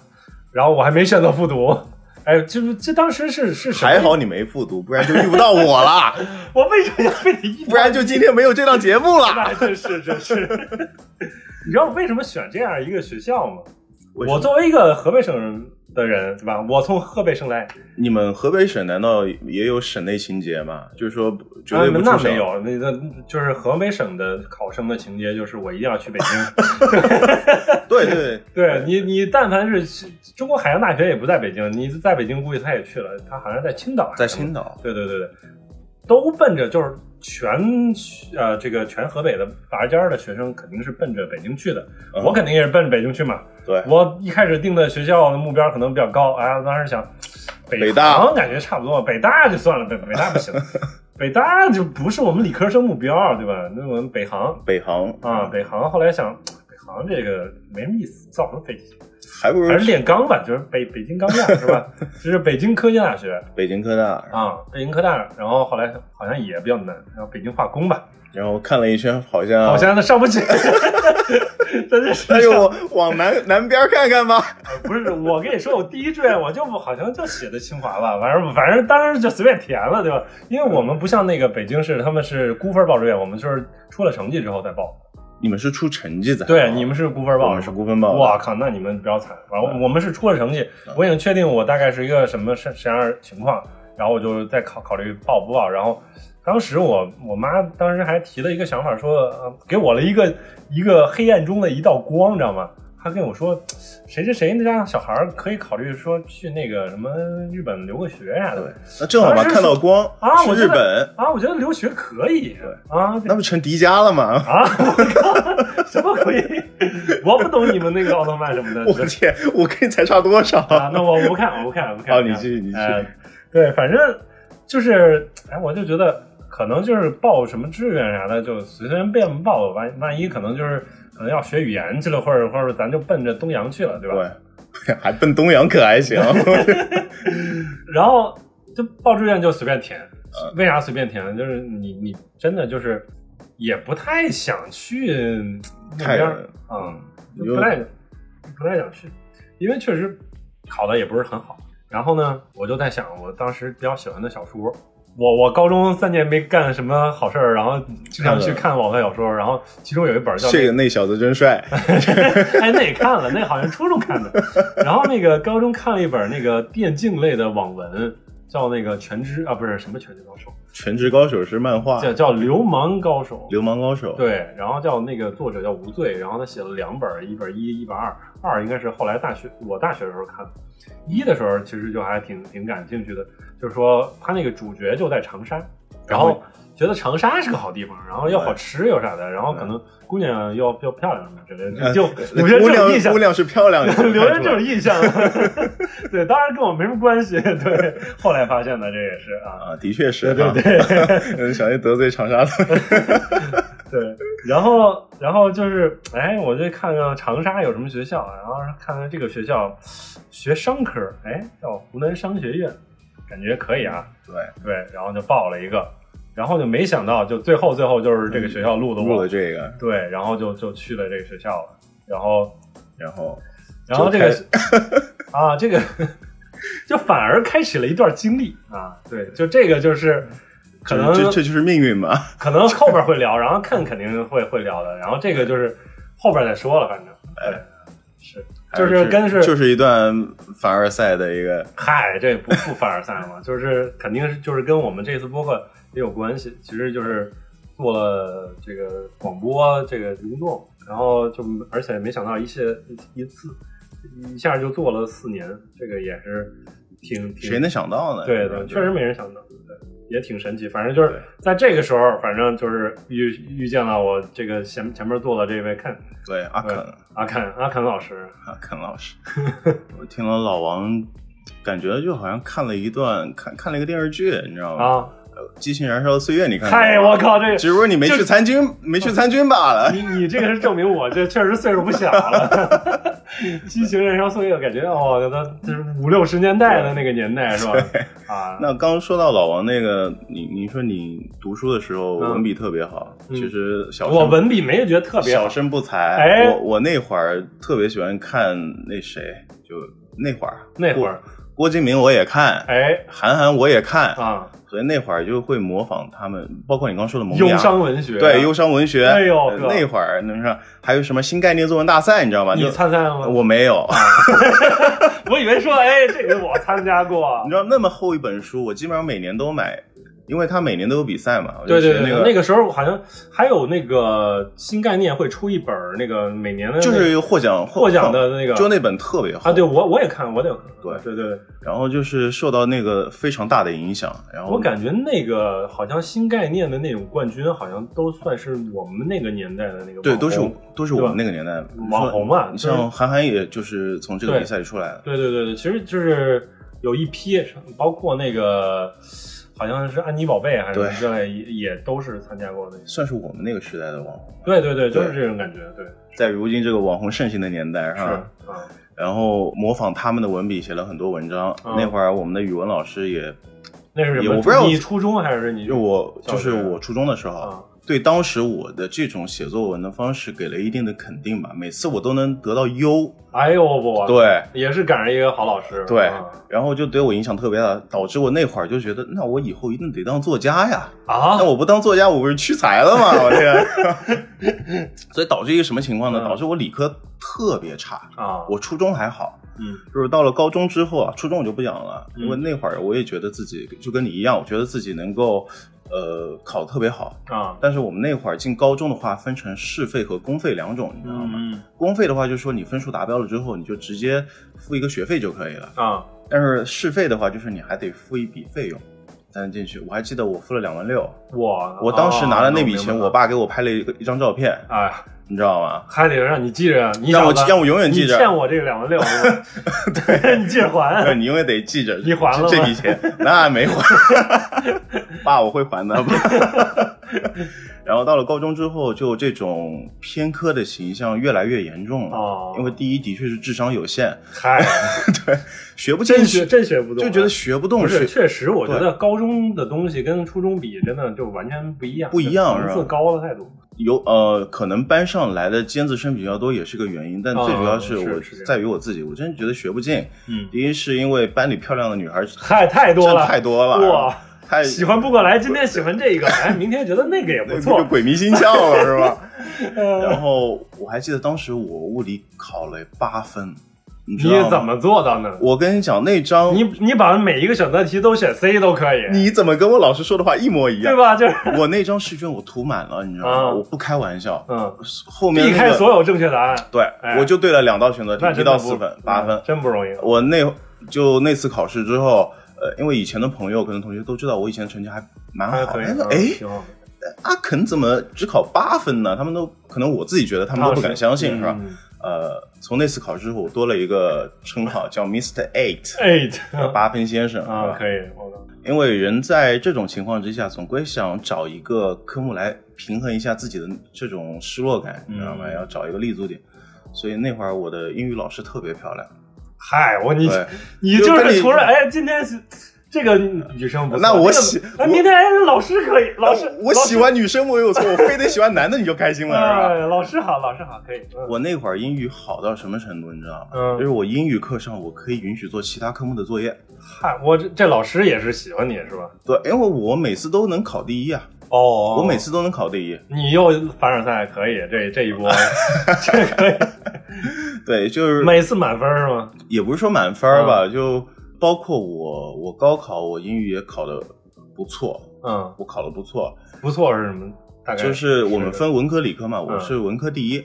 然后我还没选择复读，哎，这这当时是是什么
还好你没复读，不然就遇不到 我了，
我为什么要被你一
不然就今天没有这档节目了。
那真是真 是。你知道我为什么选这样一个学校吗？
为什么
我作为一个河北省的人，对吧？我从河北省来，
你们河北省难道也有省内情节吗？就是说绝
啊，
对不
那
出省，
没有，那那就是河北省的考生的情节，就是我一定要去北京。
对对
对你，你但凡是中国海洋大学也不在北京，你在北京估计他也去了，他好像在青岛，
在青。 岛，
对对对对，都奔着就是全呃这个全河北的拔尖儿的学生肯定是奔着北京去的，
嗯
我肯定也是奔着北京去嘛。
对
我一开始定的学校的目标可能比较高，哎呀，当时想
北大
大感觉差不多，北大就算了，北北大不行，北大就不是我们理科生目标，对吧？那我们北航
北航
啊，北航后来想，北航这个没什么意思，造什么北，
还不如
还是炼钢吧，就是北北京钢架是吧？这是北京科技大学
北京科大。
啊，北京科大，然后后来好像也比较难，然后北京化工吧，
然后看了一圈，好像
好像那上不去， 真的是
那就往南 南边看看吧。
不是，我跟你说，我第一志愿我就好像就写的清华吧，反正反正当时就随便填了，对吧？因为我们不像那个北京市，他们是估分报志愿，我们就是出了成绩之后再报。
你们是出成绩的，
对，你们是估分
我
报
们，是估分报的。
我靠，那你们比较惨。完，我我们是出了成绩，
嗯
我已经确定我大概是一个什么什什么样的情况，然后我就再考考虑报不报。然后当时我我妈当时还提了一个想法说，呃给我了一个一个黑暗中的一道光，你知道吗？她跟我说，谁谁谁那家小孩儿可以考虑说去那个什么日本留个学啥的
对，那正好嘛，
当时是
看到光
啊
去
我
日
真的
本，
啊，我觉得留学可以啊，
那不成迪迦了吗？
啊， 我靠，什么鬼？ 我不懂你们那个奥特曼什么的，
我天，我跟你才差多少？
啊，那我不看，我不看，我不看。
哦
我不看
你去你去
哎对，反正就是，哎，我就觉得可能就是报什么志愿啥的，就随随便便报，万万一可能就是可能要学语言去了，或者或者咱就奔着东洋去了，对吧？
对，还奔东阳可还 行？
然后就报志愿就随便填，
呃
为啥随便填？就是你你真的就是也不太想去那
太
边儿啊，
你
就
就
不太不太想去，因为确实考的也不是很好。然后呢，我就在想，我当时比较喜欢的小说，我我高中三年没干什么好事儿，然后经常去看网络小说，然后其中有一本叫、那
这个那小子真帅，
哎，那也看了，那好像初中看的。然后那个高中看了一本那个电竞类的网文，叫那个《全职》啊，不是什么《全职高手
《全职高手》是漫画，》，
叫叫《流氓高手》。
流氓高手，
对，然后叫那个作者叫无罪，然后他写了两本，一本一，一本二。二应该是后来大学我大学的时候看的，一的时候其实就还挺挺感兴趣的，就是说他那个主角就在长沙，然后觉得长沙是个好地方，然后又好吃又啥的，然后
嗯
可能姑娘又要漂亮什么之类的，就
那
留下
呃姑
这种印
娘
象
姑。娘是漂亮的，
留下这种印象， 对，当然跟我没什么关系。对，后来发现的，这也是啊，
啊，的确是，
对对对。
对，小心得罪长沙的，
对，然后然后就是，哎，我就看看长沙有什么学校，啊然后看看这个学校学商科，哎，叫湖南商学院，感觉可以啊。
对，
对，然后就报了一个，然后就没想到，就最后最后就是这个学校录的
录
我，
了这个，
对，然后就就去了这个学校了，然后
然后
然后这个
就
啊这个就反而开启了一段经历啊，对，就这个就是。可能
这这这就是命运嘛，
可能后边会聊，然后看肯定会会聊的，然后这个就是后边再说了，反正，对，是，就
哎
是
还
跟是，
就是一段凡尔赛的一个，
嗨，这不不凡尔赛嘛， 就是肯定是就是跟我们这次播客也有关系，其实就是做了这个广播这个运动，然后就而且没想到一些一一次一下就做了四年，这个也是挺挺
谁能想到呢？
对
是吧
对，确实没人想到，对，也挺神奇。反正就是在这个时候，反正就是遇遇见了我这个前前面坐的这位肯
对阿肯
对阿肯阿肯老师，
啊， 肯老师，我听了老王，感觉就好像看了一段看看了一个电视剧，你知道吗？
啊，
呃激情燃烧的岁月》，你看过吗？
嗨，我靠，这
只不过你没
就嗯
去参军，没去参军罢了。
你你这个是证明我这确实岁数不小了， 激情燃烧岁月，感觉哦，他就是五六十年代的那个年代是吧？啊，
那刚说到老王那个，你你说你读书的时候
嗯
文笔特别好，
嗯
其实小
我
生
文笔没觉得特别好
小，生不才。
哎
我我那会儿特别喜欢看那谁，就那会儿
那会儿，
郭郭敬明我也看，
哎
韩寒我也看，
啊，
所以那会儿就会模仿他们，包括你刚说的萌
忧
芽
伤文学，啊
对，忧伤文学。
哎呦
呃
哥
那会儿那是还有什么新概念作文大赛，你知道吗？
你
就
参赛了吗？
我没有，
我以为说，哎，这个我参加 过
你。知道那么厚一本书，我基本上每年都买，因为它每年都有比赛嘛。我
对
就
对
学
对，
那个
那个时候好像还有那个新概念会出一本儿那个每年的那个
就是有获奖获
获奖的那个
就那本特别厚
啊，对我我也看，我得
对
对对对，
然后就是受到那个非常大的影响，然后
我感觉那个好像新概念的那种冠军，好像都算是我们那个年代的那个
对
网
都是
红
都是我们那个年代
网红嘛，
你
就是
像韩寒也就是从这个比赛里出来的，
对对对对，其实就是有一批，包括那个好像是安妮宝贝还是什么之类，也也都是参加过的。
算是我们那个时代的网红。
对对对，就
对嗯
是这种感觉，对，
在如今这个网红盛行的年代，
是
哈，
啊，
然后模仿他们的文笔写了很多文章。
嗯
那会儿我们的语文老师也
那是什
也
么？
我不知道
你初中还是你
就我
小
就
学
是我初中的时候，
啊
对当时我的这种写作文的方式给了一定的肯定吧。每次我都能得到优，
哎呦我，，
对
也是赶上一个好老师，
对
啊，
然后就对我影响特别大，导致我那会儿就觉得，那我以后一定得当作家呀。
啊
那我不当作家，我不是屈才了 吗？我天！所以导致一个 什么情况呢？
嗯
导致我理科特别差。
啊，
我初中还好，
嗯
就是到了高中之后啊，初中我就不讲了，
嗯
因为那会儿我也觉得自己就跟你一样，我觉得自己能够呃考得特别好。
啊，
但是我们那会儿进高中的话，分成市费和公费两种，你知道吗？
嗯
公费的话，就是说你分数达标了之后，你就直接付一个学费就可以了。
啊
但是市费的话，就是你还得付一笔费用才能进去。我还记得我付了两万六，
我
我当时拿了那笔钱，
哦
我爸给我拍了一个一张照片，
哎，
你知道吗？
还得让你记着，你
让我
小子
让我永远记
你欠
着。
我这个两万六，对 你记着
对，
还。
你永远得记着，
你还了吗
这这笔钱？那没还， 爸，我会还的。 爸然后到了高中之后，就这种偏科的形象越来越严重了。
哦，
因为第一的确是智商有限，
嗨，
学不进
真学
去，
真学不动，
就觉得学不动
不是，
学
确实，我觉得高中的东西跟初中比，真的就完全不一样，
不一样
层
是
次
吧
高了太多。
有呃，可能班上来的尖子生比较多也是个原因，但最主要是
嗯是
我
是这样
在于我自己，我真觉得学不进。
嗯，
第一是因为班里漂亮的女孩
嗨，太
真
多了，
太多了，哎
哇，
太
喜欢不过来，今天喜欢这个，哎，明天觉得那个也不
那
错
就。鬼迷心窍了，是吧？
呃
然后我还记得当时我物理考了八分，你知
你
道吗？
怎么做到呢？
我跟你讲，那张
你你把每一个选择题都选 C 都可以，
你怎么跟我老师说的话一模一样
对？吧？就是
我那张试卷我涂满了，你知道吗？
啊
我不开玩笑，
嗯，
后面、那
避
个、
开所有正确答案，
对、
哎
我就对了两道选择
那
题，一
真
到
的不
四分，八分。
嗯真不容易。
我那就那次考试之后，呃，因为以前的朋友可能同学都知道我以前成绩还蛮
还
好
可以
的，
嗯
哎，
挺好
阿肯怎么只考八分呢？他们都可能我自己觉得他们都不敢相哎信，是吧？
嗯
呃，从那次考试之后，我多了一个称号叫 Mr. Eight，
？Eight
哎八分先生，是
哎啊，
吧
可以，我
因为人在这种情况之下，总归想找一个科目来平衡一下自己的这种失落感，你知道吗？
嗯
要找一个立足点。所以那会儿我的英语老师特别漂亮，
嗨，我你
对，
你
就
就
跟
是
你
突然哎，今天是这个女生不错，
那我
这个
喜
哎
我
明天哎，老师可以，老师
我喜，欢女生我有错，我非得喜欢男的你就开心
老
了
师
是吧？
哎，老师好，老师好，可以，嗯
我那会儿英语好到什么程度，你知道吗？
嗯
就是我英语课上我可以允许做其他科目的作业，
嗨，我这这老师也是喜欢你是吧？
对，因为我每次都能考第一啊，
哦
我每次都能考第一。
你又凡尔赛可以，这这一 波，这可以，
对，就是
每次满分是吗？
也不是说满分儿
嗯
吧，就包括我，我高考我英语也考的不错，
嗯，
我考的不错，
不错是什么？大概
就是我们分文科理科嘛，我
嗯
是文科第一，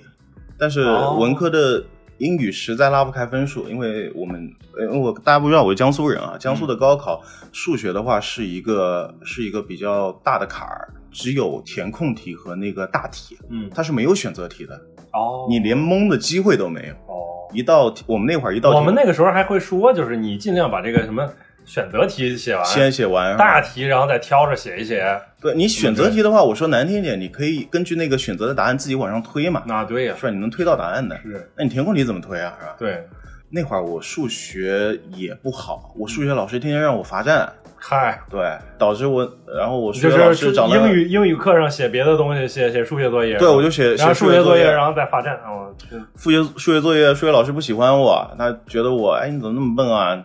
但是
哦
文科的英语实在拉不开分数，因为我们，呃因为我大家不知道我是江苏人啊，江苏
嗯
的高考、数学的话是一个是一个比较大的坎儿，只有填空题和那个大题，
嗯
它是没有选择题的，
哦，
你连蒙的机会都没有。
哦，
一道题我们那会儿一道题
我们那个时候还会说，就是你尽量把这个什么选择题写完，
先写完是吧
大题，然后再挑着写一写。
对你选
嗯
择题的话，我说难听一点，你可以根据那个选择的答案自己往上推嘛，
那对呀、
是吧？你能推到答案的。
是，
那你填空题怎么推啊？是吧？
对，
那会儿我数学也不好，我数学老师天天让我罚站，
嗨，
对，导致我，然后我数
就
学老师
是
找了
英，语英语课上写别的东西，写写数学作业，
对我就写
然
写
后
数
数学
作
业，然后再罚站，哦，嗯
数学数学作业，数学老师不喜欢我，他觉得我，哎，你怎么那么笨啊？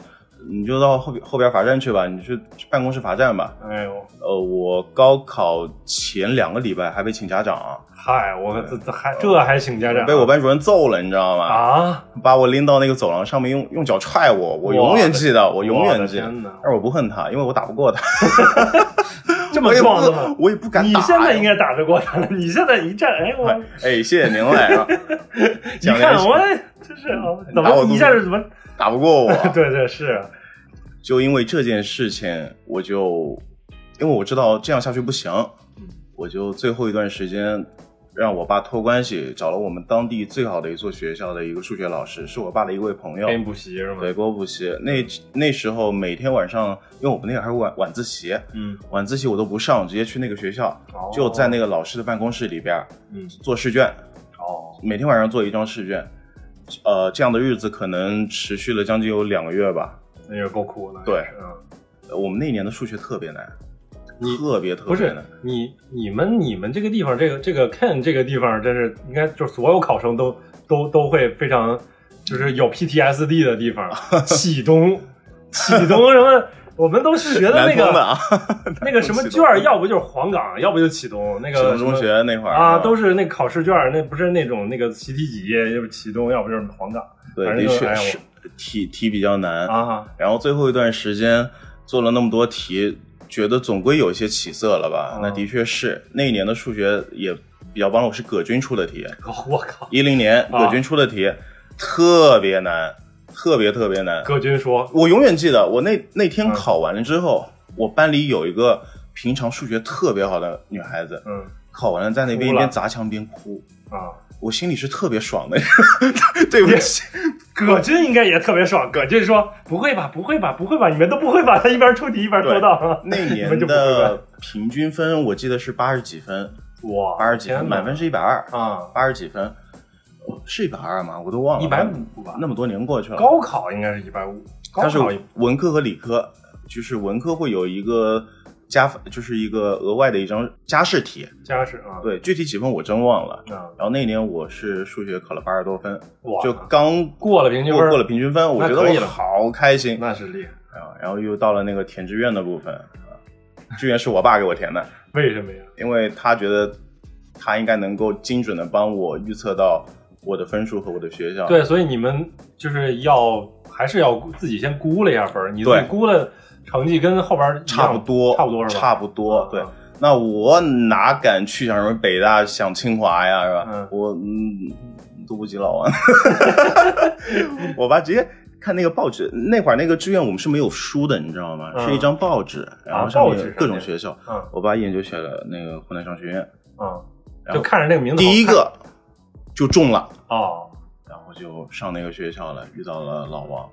你就到后边后边罚站去吧，你去去办公室罚站吧。
哎呦，
呃，我高考前两个礼拜还被请家长啊，
嗨，我这这还这还请家长
被我班主任揍了，你知道吗？
啊，
把我拎到那个走廊上面用用脚踹我，我永远记得，我永远哎记
我的
得。
天哪
但是我不恨他，因为我打不过他，
这么
我也
壮的吗
不，？ 我也不敢
你
打呀。
现在应该打得过他了，你现在一站，哎我。
哎，谢谢您了，
一
讲
看
良心
我真是啊，怎
打
么
我肚子
一下是怎么？
打不过我，
对对是，
就因为这件事情，我就因为我知道这样下去不行，
嗯
我就最后一段时间让我爸托关系找了我们当地最好的一所学校的一个数学老师，是我爸的一位朋友
给，你补习是吗？
对，给我补习。那那时候每天晚上，因为我们那会儿还有晚晚自习，
嗯，
晚自习我都不上，直接去那个学校，
哦
就在那个老师的办公室里边儿
嗯
做试卷，
哦，
每天晚上做一张试卷。呃，这样的日子可能持续了将近有两个月吧。
那也够酷的。
对
也是，嗯
呃我们那一年的数学特别难，
你
特别特
不
别
是
难。
你你们你们这个地方，这个这个 Ken 这个地方，真是应该就是所有考生都都都会非常就是有 PTSD 的地方， 启东，启东什么。我们都学的那
南通的
个
啊，
那个什么卷儿，要不就是黄冈，要不就启东，那
启
个
东
什
中
么
学那会儿
啊，
吧
都是那考试卷儿，那不是那种那个习题集，要不启东，要不就是黄冈
对，
反
的
正就是
确
哎
是题题比较难。
啊。
然后最后一段时间做了那么多题，觉得总归有一些起色了吧？
啊
那的确是，那一年的数学也比较帮了我，是葛军出的题，
我靠！
一零年
啊
葛军出的题、特别难，特别特别难。
葛军说
我永远记得，我那那
嗯
天考完了之后，我班里有一个平常数学特别好的女孩子：“，
嗯
考完了在那边
哭
一
了
边砸墙边哭。
啊，
我心里是特别爽的， 对不起，
葛军应该也特别爽。葛军说：“不会吧，不会吧，不会吧，你们都不会吧？”他一边出题一边说 道
那
你们
年
就不会
的
吧
平均分我记得是八十几分，：“
哇，
八十几分，
天哪
满分是一百二，
啊，
八十几分，呃是一百二吗？我都忘了，
一百五吧？
那么多年过去了。
高考应该是一百五，高
但是
考
文科和理科，就是文科会有一个加，就是一个额外的一张加试题，
加是啊，
对，具体几分我真忘了。
啊，
然后那年我是数学考了八十多分，
哇，
就刚
过了平均
过
分，
过了平均分，我
那
觉得
可以
我
了
好开心。
那是厉害。
然后然后又到了那个填志愿的部分，啊志愿是我爸给我填的，
为什么呀？
因为他觉得他应该能够精准的帮我预测到我的分数和我的学校。
对，所以你们就是要还是要自己先估了一下分儿，你自己
对
估的成绩跟后边儿一样
差不多，
差不多是吧？
差不多，对
啊。
那我哪敢去想什么北大、想清华呀，是吧？
嗯
我嗯，都不及老 王。我爸直接看那个报纸，那会儿那个志愿我们是没有书的，你知道吗？
嗯
是一张报纸，然后上
报纸上
面
面
各种学校。
嗯
我爸一眼就选了那个湖南商学院，
嗯，
然
就
后
看着那个名字好看，
第一个就中了，
哦，
然后就上那个学校了，遇到了老王。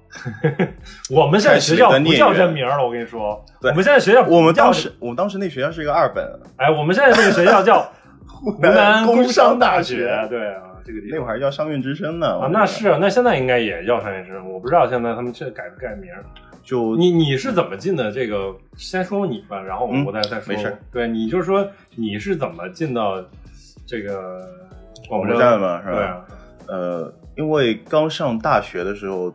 我们现在学校
开始的
不
孽缘
叫这名儿了，我跟你说，
对
我们现在学校不叫
我们当时，我们当时那学校是一个二本，
哎，我们现在这个学校 叫湖南
工
商
商
大
大
学
学，
对啊，这个地
那
方
会儿还叫商院之声呢。
啊，
我
那
记得
是啊那现在应该也叫商业之声，我不知道现在他们这改不改名儿。
就
你你是怎么进的这个？先说你吧，然后我
嗯
我再再说。
没事
对，你就说你是怎么进到这个广播
广播站嘛是吧
对啊，
呃，因为刚上大学的时候，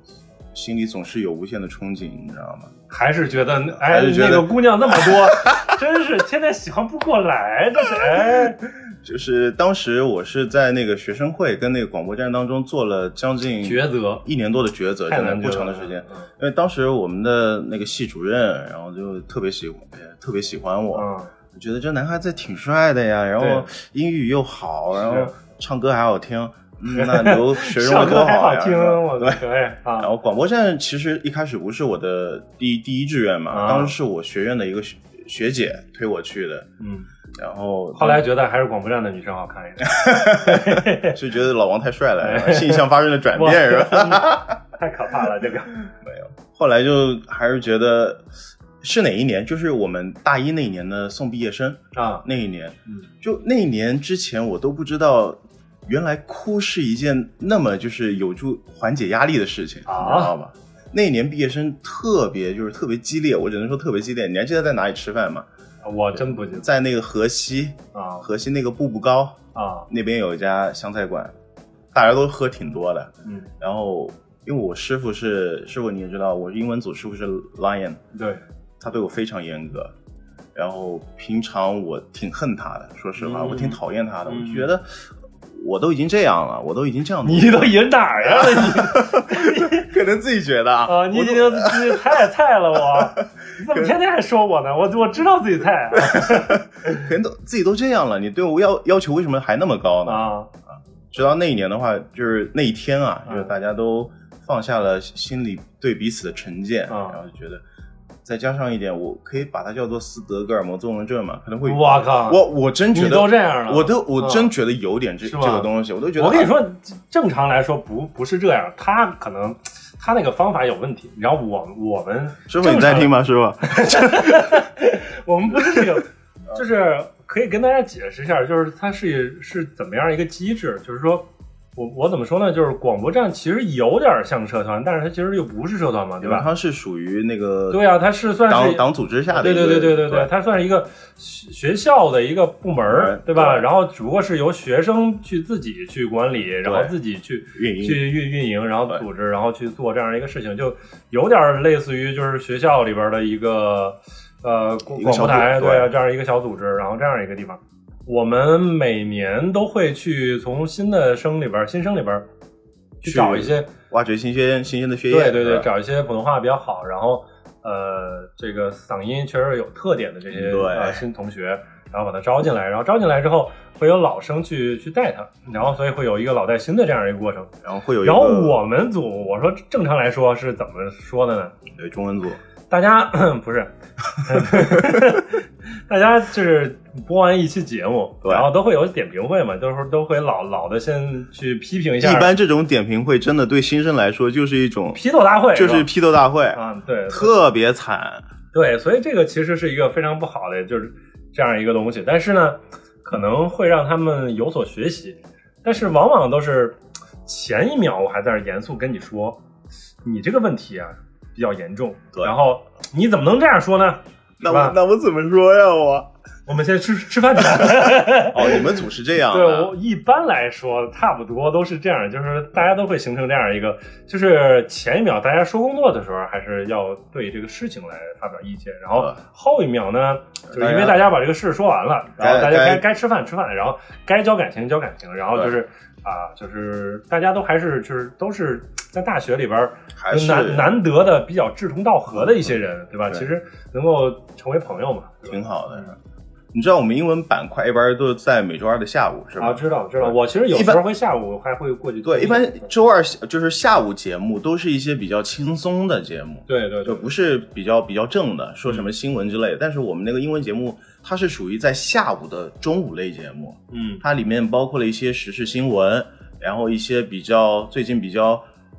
心里总是有无限的憧憬，你知道吗？
还是觉得哎
还是觉得
那个姑娘那么多， 真是天天喜欢不过来，这是哎
就是当时我是在那个学生会跟那个广播站当中做了将近
抉择
一年多的抉择，
太
嗯真的
难
不
抉择
长的
了
时间。
嗯
因为当时我们的那个系主任，然后就特别喜欢，呃特别喜欢我，
嗯
我觉得这男孩子挺帅的呀，然
对
后英语又好，然
是
后唱歌还好听，嗯， 那留学生
上
会多
课还
好呀，
听，
是吧
我
对。
对啊
然后广播站其实一开始不是我的第第一志愿嘛，
啊
当时是我学院的一个学学姐推我去的，
嗯，
然后
后来觉得还是广播站的女生好看一 点。
是觉得老王太帅了，然后性向发生了转
哎哇
变是吧？
嗯太可怕了，这个
后来就还是觉得是哪一年？就是我们大一那一年的送毕业生
啊，
那一年
嗯，
就那一年之前我都不知道。原来哭是一件那么就是有助缓解压力的事情，
啊
你知道吧？那一年毕业生特别就是特别激烈，我只能说特别激烈。你还记得在哪里吃饭吗？
我真不记得
在那个河西，
啊
河西那个步步高
啊，
那边有一家湘菜馆，大家都喝挺多的。
嗯，
然后因为我师傅是师傅，你也知道，我是英文组师傅是 Lion，
对，
他对我非常严格。然后平常我挺恨他的，说实话，
嗯
我挺讨厌他的。
嗯
我觉得我都已经这样了，我都已经 这样子，
你都赢哪儿 呀？你
可能自己觉得啊，
啊，你已经自己太菜了， 我你怎么天天还说我呢？我我知道自己菜啊
可能都自己都这样了，你对我要要求为什么还那么高呢？
啊
直到那一年的话，就是那一天啊，
嗯
就是大家都放下了心里对彼此的成见，
嗯
然后就觉得，再加上一点，我可以把它叫做斯德哥尔摩综合症嘛，可能会，
我靠，
我我真觉
你
得
都这样了，
我都我真
嗯
觉得有点这
是
这
吧
个东西，我都觉得，
我跟你
啊，
说，正常来说不不是这样，他可能他那个方法有问题，然后我我们
师傅你在听
吗？
吗？师傅，
我们不是这个， 就是可以跟大家解释一下，就是它是是怎么样一个机制，就是说。我我怎么说呢？就是广播站其实有点像社团，但是它其实又不是社团嘛，对
因为
吧？
他是属于那个
啊对啊，它是算
党
是
党组织下的
对
一个，
对对对对对，
对，
它算是一个学学校的一个部门儿，
对
对吧？
对
然后只不过是由学生去自己去管理，然后
对
自己去
运营
去运运营，然后
对
组织，然后去做这样一个事情，就有点类似于就是学校里边的一个呃广
一个
广
小
播
组
台
对
对啊这样一个小组织，然后这样一个地方。我们每年都会去从新的生里边新生里边去
去
找一些
挖掘新鲜新鲜的血液，
对对对，
是吧
找一些普通话比较好，然后呃，这个嗓音确实有特点的这些
对
呃新同学，然后把他招进来，然后招进来之后会有老生去去带他，然后所以会有一个老带新的这样一个过程。
然后会有一个
然后我们组，我说正常来说是怎么说的呢？
对中文组，
大家 不 是， 大家就是播完一期节目，
对
然后都会有点评会嘛，都是都会老老的先去批评一下，
一般这种点评会真的对新生来说就是一种
批斗大会
就是
吧
批斗大会，
啊，对，
特别惨。
对，所以这个其实是一个非常不好的，就是这样一个东西。但是呢，可能会让他们有所学习，但是往往都是前一秒我还在那儿严肃跟你说，你这个问题啊比较严重，
对
然后你怎么能这样说呢？
那
是吧
我那我怎么说呀？我
我们先吃吃饭去。
哦，你们组是这样
对
的
我，一般来说，差不多都是这样，就是大家都会形成这样一个，就是前一秒大家说工作的时候，还是要对这个事情来发表意见，然后
嗯
后一秒呢，就是因
大
为
家
大家把这个事说完了，然后
该
大家
该
该该吃饭吃饭，然后该交感情交感情，然后就是啊，就是大家都还是就是都是在大学里边儿
还
就是难难得的比较志同道合的一些人，对吧？
对
其实能够成为朋友嘛，对吧
挺好的。是吧你知道我们英文板块一般都在每周二的下午是吧？
啊，知道知道，我其实有
一
时
般
候会下午还会过去听
对，
听。
一般周二下就是下午节目都是一些比较轻松的节目，
对对对，
就不是比较比较正的，说什么新闻之类的。但是我们那个英文节目，它是属于在下午的中午类节目，
嗯
它里面包括了一些时事新闻，然后一些比较最近比较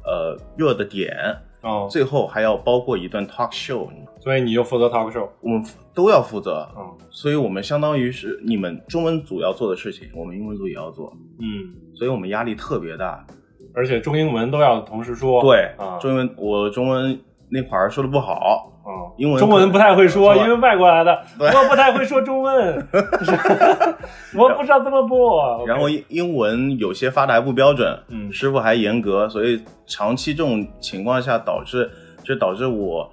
呃热的点，
哦，
最后还要包括一段 talk show，
所以你就负责 talk show
我们都要负责。
啊，
所以我们相当于是你们中文组要做的事情，我们英文组也要做，
嗯，
所以我们压力特别大。
而且中英文都要同时说，
对，
啊，
中文我中文那会儿说的不好，
啊
英文
中文不太会说，
对
因为外国来的，
对
我不太会说中 文，我不知道怎么播。啊
然后英英文有些发的还不标准，
嗯
师傅还严格，所以长期这种情况下导致，这导致我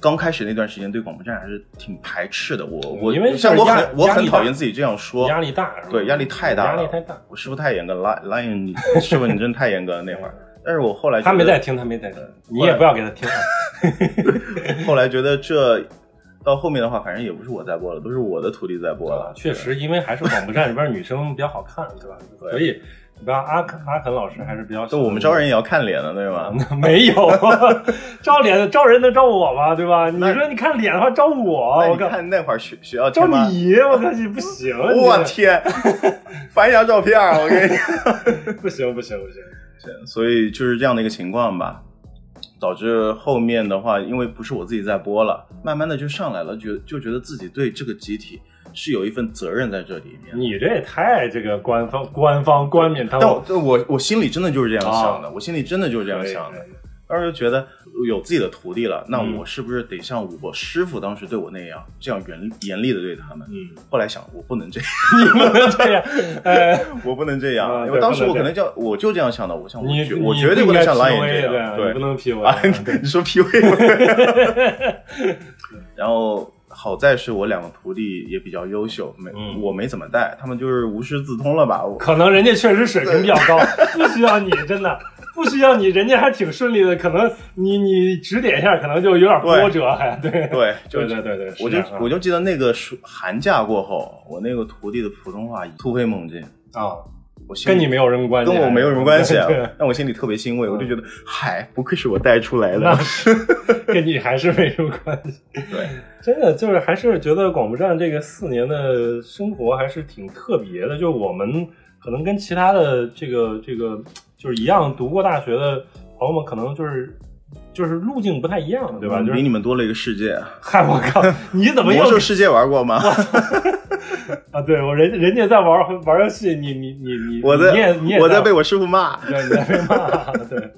刚开始那段时间对广播站还是挺排斥的。我我
因为就是
像我
压
很我
压
很
力大
讨厌自己这样说，
压力大是吧？
对压力太大
压
了，
力太大。
我师傅太严格了，Lion 你师傅你真太严格了 那会儿。但是我后来觉
他没
得
在听，他没在听，你也不要给他听。啊
后来觉得这到后面的话，反正也不是我在播了，都是我的徒弟在播了。
确实，因为还是广播站里边女生比较好看，对吧？
对
所以，你知道阿肯阿肯老师还是比较喜
对，
欢
我们招人也要看脸的，对吗？
没有招脸招人能招我吗？对吧？你
那
说你看脸的话招我，我
那你
靠，
看那会儿学学校
招
天妈
你，我靠，你不行，你
我 天，翻一下照片啊，我跟你
不行不行不行，
讲。所以就是这样的一个情况吧，导致后面的话，因为不是我自己在播了，慢慢的就上来了，觉就觉得自己对这个集体是有一份责任在这里面。
你这也太这个官方官方冠冕堂
但我但我我心里真的就是这
哦
样想的，我心里真的就是这
这
样想的。当时就觉得有自己的徒弟了，那
嗯
我是不是得像我师傅当时对我那样，这样严严厉的对他们？
嗯，
后来想，我不能这样，
你不能这样，哎，
我不能这样，
啊
因
对
为当时
不
我
能这
可
样
能叫我就这样想的，我想我
你
绝我绝对不能像蓝眼这样，
对， 你不
对
能 P 我
啊，你说 PUA 吗？然后好在是我两个徒弟也比较优秀，没
嗯
我没怎么带，他们就是无师自通了吧？我
可能人家确实水平比较 高，不需要你，真的不需要你，人家还挺顺利的。可能你你指点一下，可能就有点波折，还对对
对，就
对对对，是
我就
这样啊
我就记得那个暑寒假过后，我那个徒弟的普通话突飞猛进，
啊，
我心里
跟你没有什么关系，
跟我没有什么关系啊
对，嗯
但我心里特别欣慰，我就觉得，嗨，不愧是我带出来
那
的。
是跟你还是没什么关系。
对，
真的就是还是觉得广播站这个四年的生活还是挺特别的，就是我们可能跟其他的这个这个就是一样读过大学的朋友们，可能就是就是路径不太一样，对吧？就是
比嗯你们多了一个世界。
嗨，我靠，你怎么又
魔兽世界玩过吗？
啊？对我人人家在玩玩游戏，你你你 你，
我
你也你也
在我
在
在被我师傅骂。
对你在被骂，对，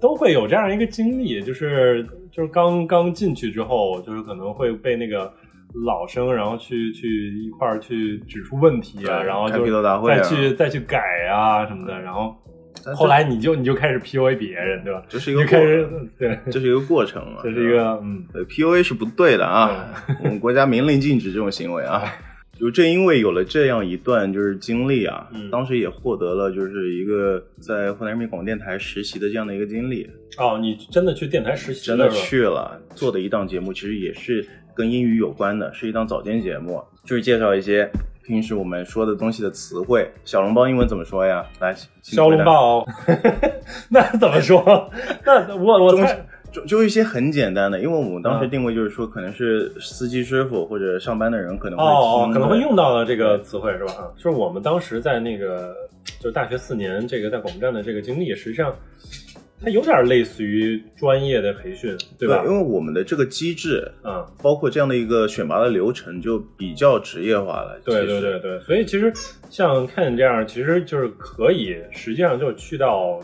都会有这样一个经历，就是就是刚刚进去之后，就是可能会被那个老生，然后去去一块儿去指出问题啊，
对
然后
开批斗
就
大会啊
再去再去改啊什么的，然后后来你就你就开始 PUA 别人，对吧？
这是一
你
个
就
过
开始对，
这是一个过程嘛，
这是一个嗯
对 PUA 是不对的啊， 我们国家明令禁止这种行为啊。
哎
就正因为有了这样一段就是经历啊，
嗯
当时也获得了就是一个在湖南人民广播电台实习的这样的一个经历，
哦，你真的去电台实习
真的
了是吧
去了，做的一档节目其实也是跟英语有关的，是一档早间节目，就是介绍一些平时我们说的东西的词汇。小笼包英文怎么说呀？来，请
骁
回
龙，
答
包， 那怎么说？ 那我我
中
猜
就就一些很简单的，因为我们当时
嗯
定位就是说，可能是司机师傅或者上班的人可能会
哦，哦
听
可能
的
会用到的这个词汇是吧？啊，就是我们当时在那个就是大学四年这个在广播站的这个经历，实际上它有点类似于专业的培训，对吧？
因为我们的这个机制，
啊，
包括这样的一个选拔的流程，就比较职业化了。
对
其实
对对对，所以其实像看你这样，其实就是可以，实际上就去到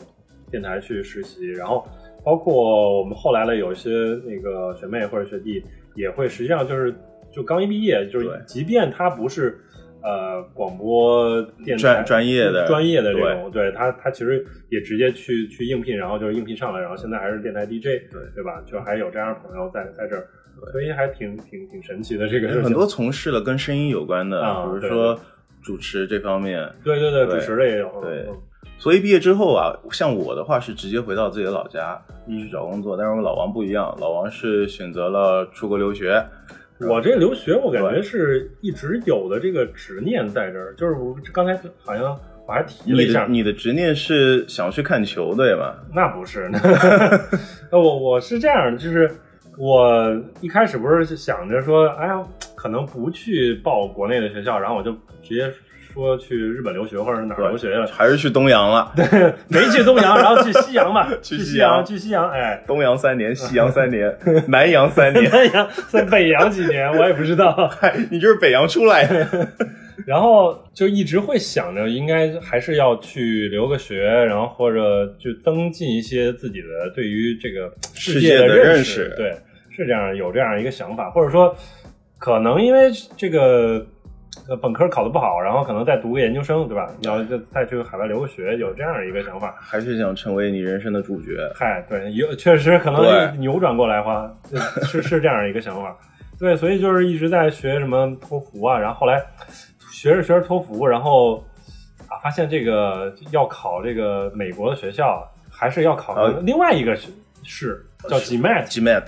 电台去实习，然后包括我们后来的有一些那个学妹或者学弟也会，实际上就是就刚一毕业，就是
对
即便他不是呃广播电台
专专业的
专业的这种，对他他其实也直接去去应聘，然后就是应聘上来，然后现在还是电台 DJ，
对
对吧？就还有这样的朋友在在这儿，所以还挺挺挺神奇的这个事情。
很多从事了跟声音有关的，
啊
比
对
如说主持这方面。
对对对，
对
主持的也有，
对
嗯
所以毕业之后啊，像我的话是直接回到自己的老家
嗯
去找工作，但是我老王不一样，老王是选择了出国留学。
嗯我这留学，我感觉
对
是一直有的这个执念在这儿，就是我刚才好像我还提了
你
一下
的，你的执念是想去看球队吗？
那不 是，那我我是这样，就是我一开始不是想着说，哎呀，可能不去报国内的学校，然后我就直接说去日本留学或者是哪儿留学了，
还是去东阳了？
没去东 阳，然后去西阳吧，去
去
西
西阳
去西阳，哎。
东阳三年，西阳三年，南阳三年，
南阳在北洋几年，我也不知道。
你就是北洋出 来的。
然后就一直会想着，应该还是要去留个学，然后或者就增进一些自己的对于这个世界
世界的
认
认识
对，是这样，有这样一个想法，或者说，可能因为这个呃本科考得不好，然后可能再读个研究生，对吧？然后就再去海外留个学，有这样一个想法。
还是想成为你人生的主角。
嗨，对，有确实可能
对
扭转过来话，呃是是这样一个想法。对，所以就是一直在学什么托福啊，然后后来学着学着托福，然后啊发现这个要考这个美国的学校，还是要考
呃
另外一个是是叫 GMAT，
GMAT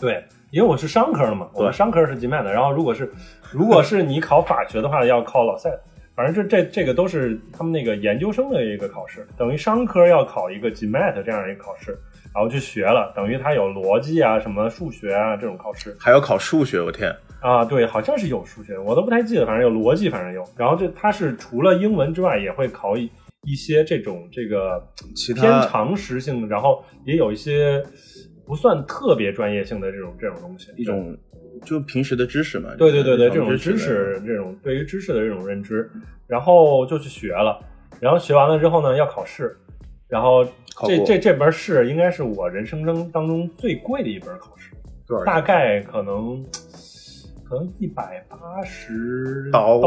对，因为我是商科的嘛，我们
对
商科是 GMAT 的，然后如果是如果是你考法学的话，要考老赛。反正这这这个都是他们那个研究生的一个考试，等于商科要考一个 GMAT 这样一个考试，然后去学了，等于它有逻辑啊、什么数学啊这种考试
还要考数学，我天！
啊，对，好像是有数学，我都不太记得，反正有逻辑，反正有。然后这它是除了英文之外，也会考一一些这种这个
其
偏
他
常识性的，然后也有一些不算特别专业性的这种这种东西，
一种就平时的知识嘛。
对对对对，
日
这
常
种知
知识
识，这种对于知识的这种认知，然后就去学了，然后学完了之后呢，要考试，然后
考
这
过
这这门试应该是我人生中当中最贵的一门考试，
多少
大概可能可能一百八十
刀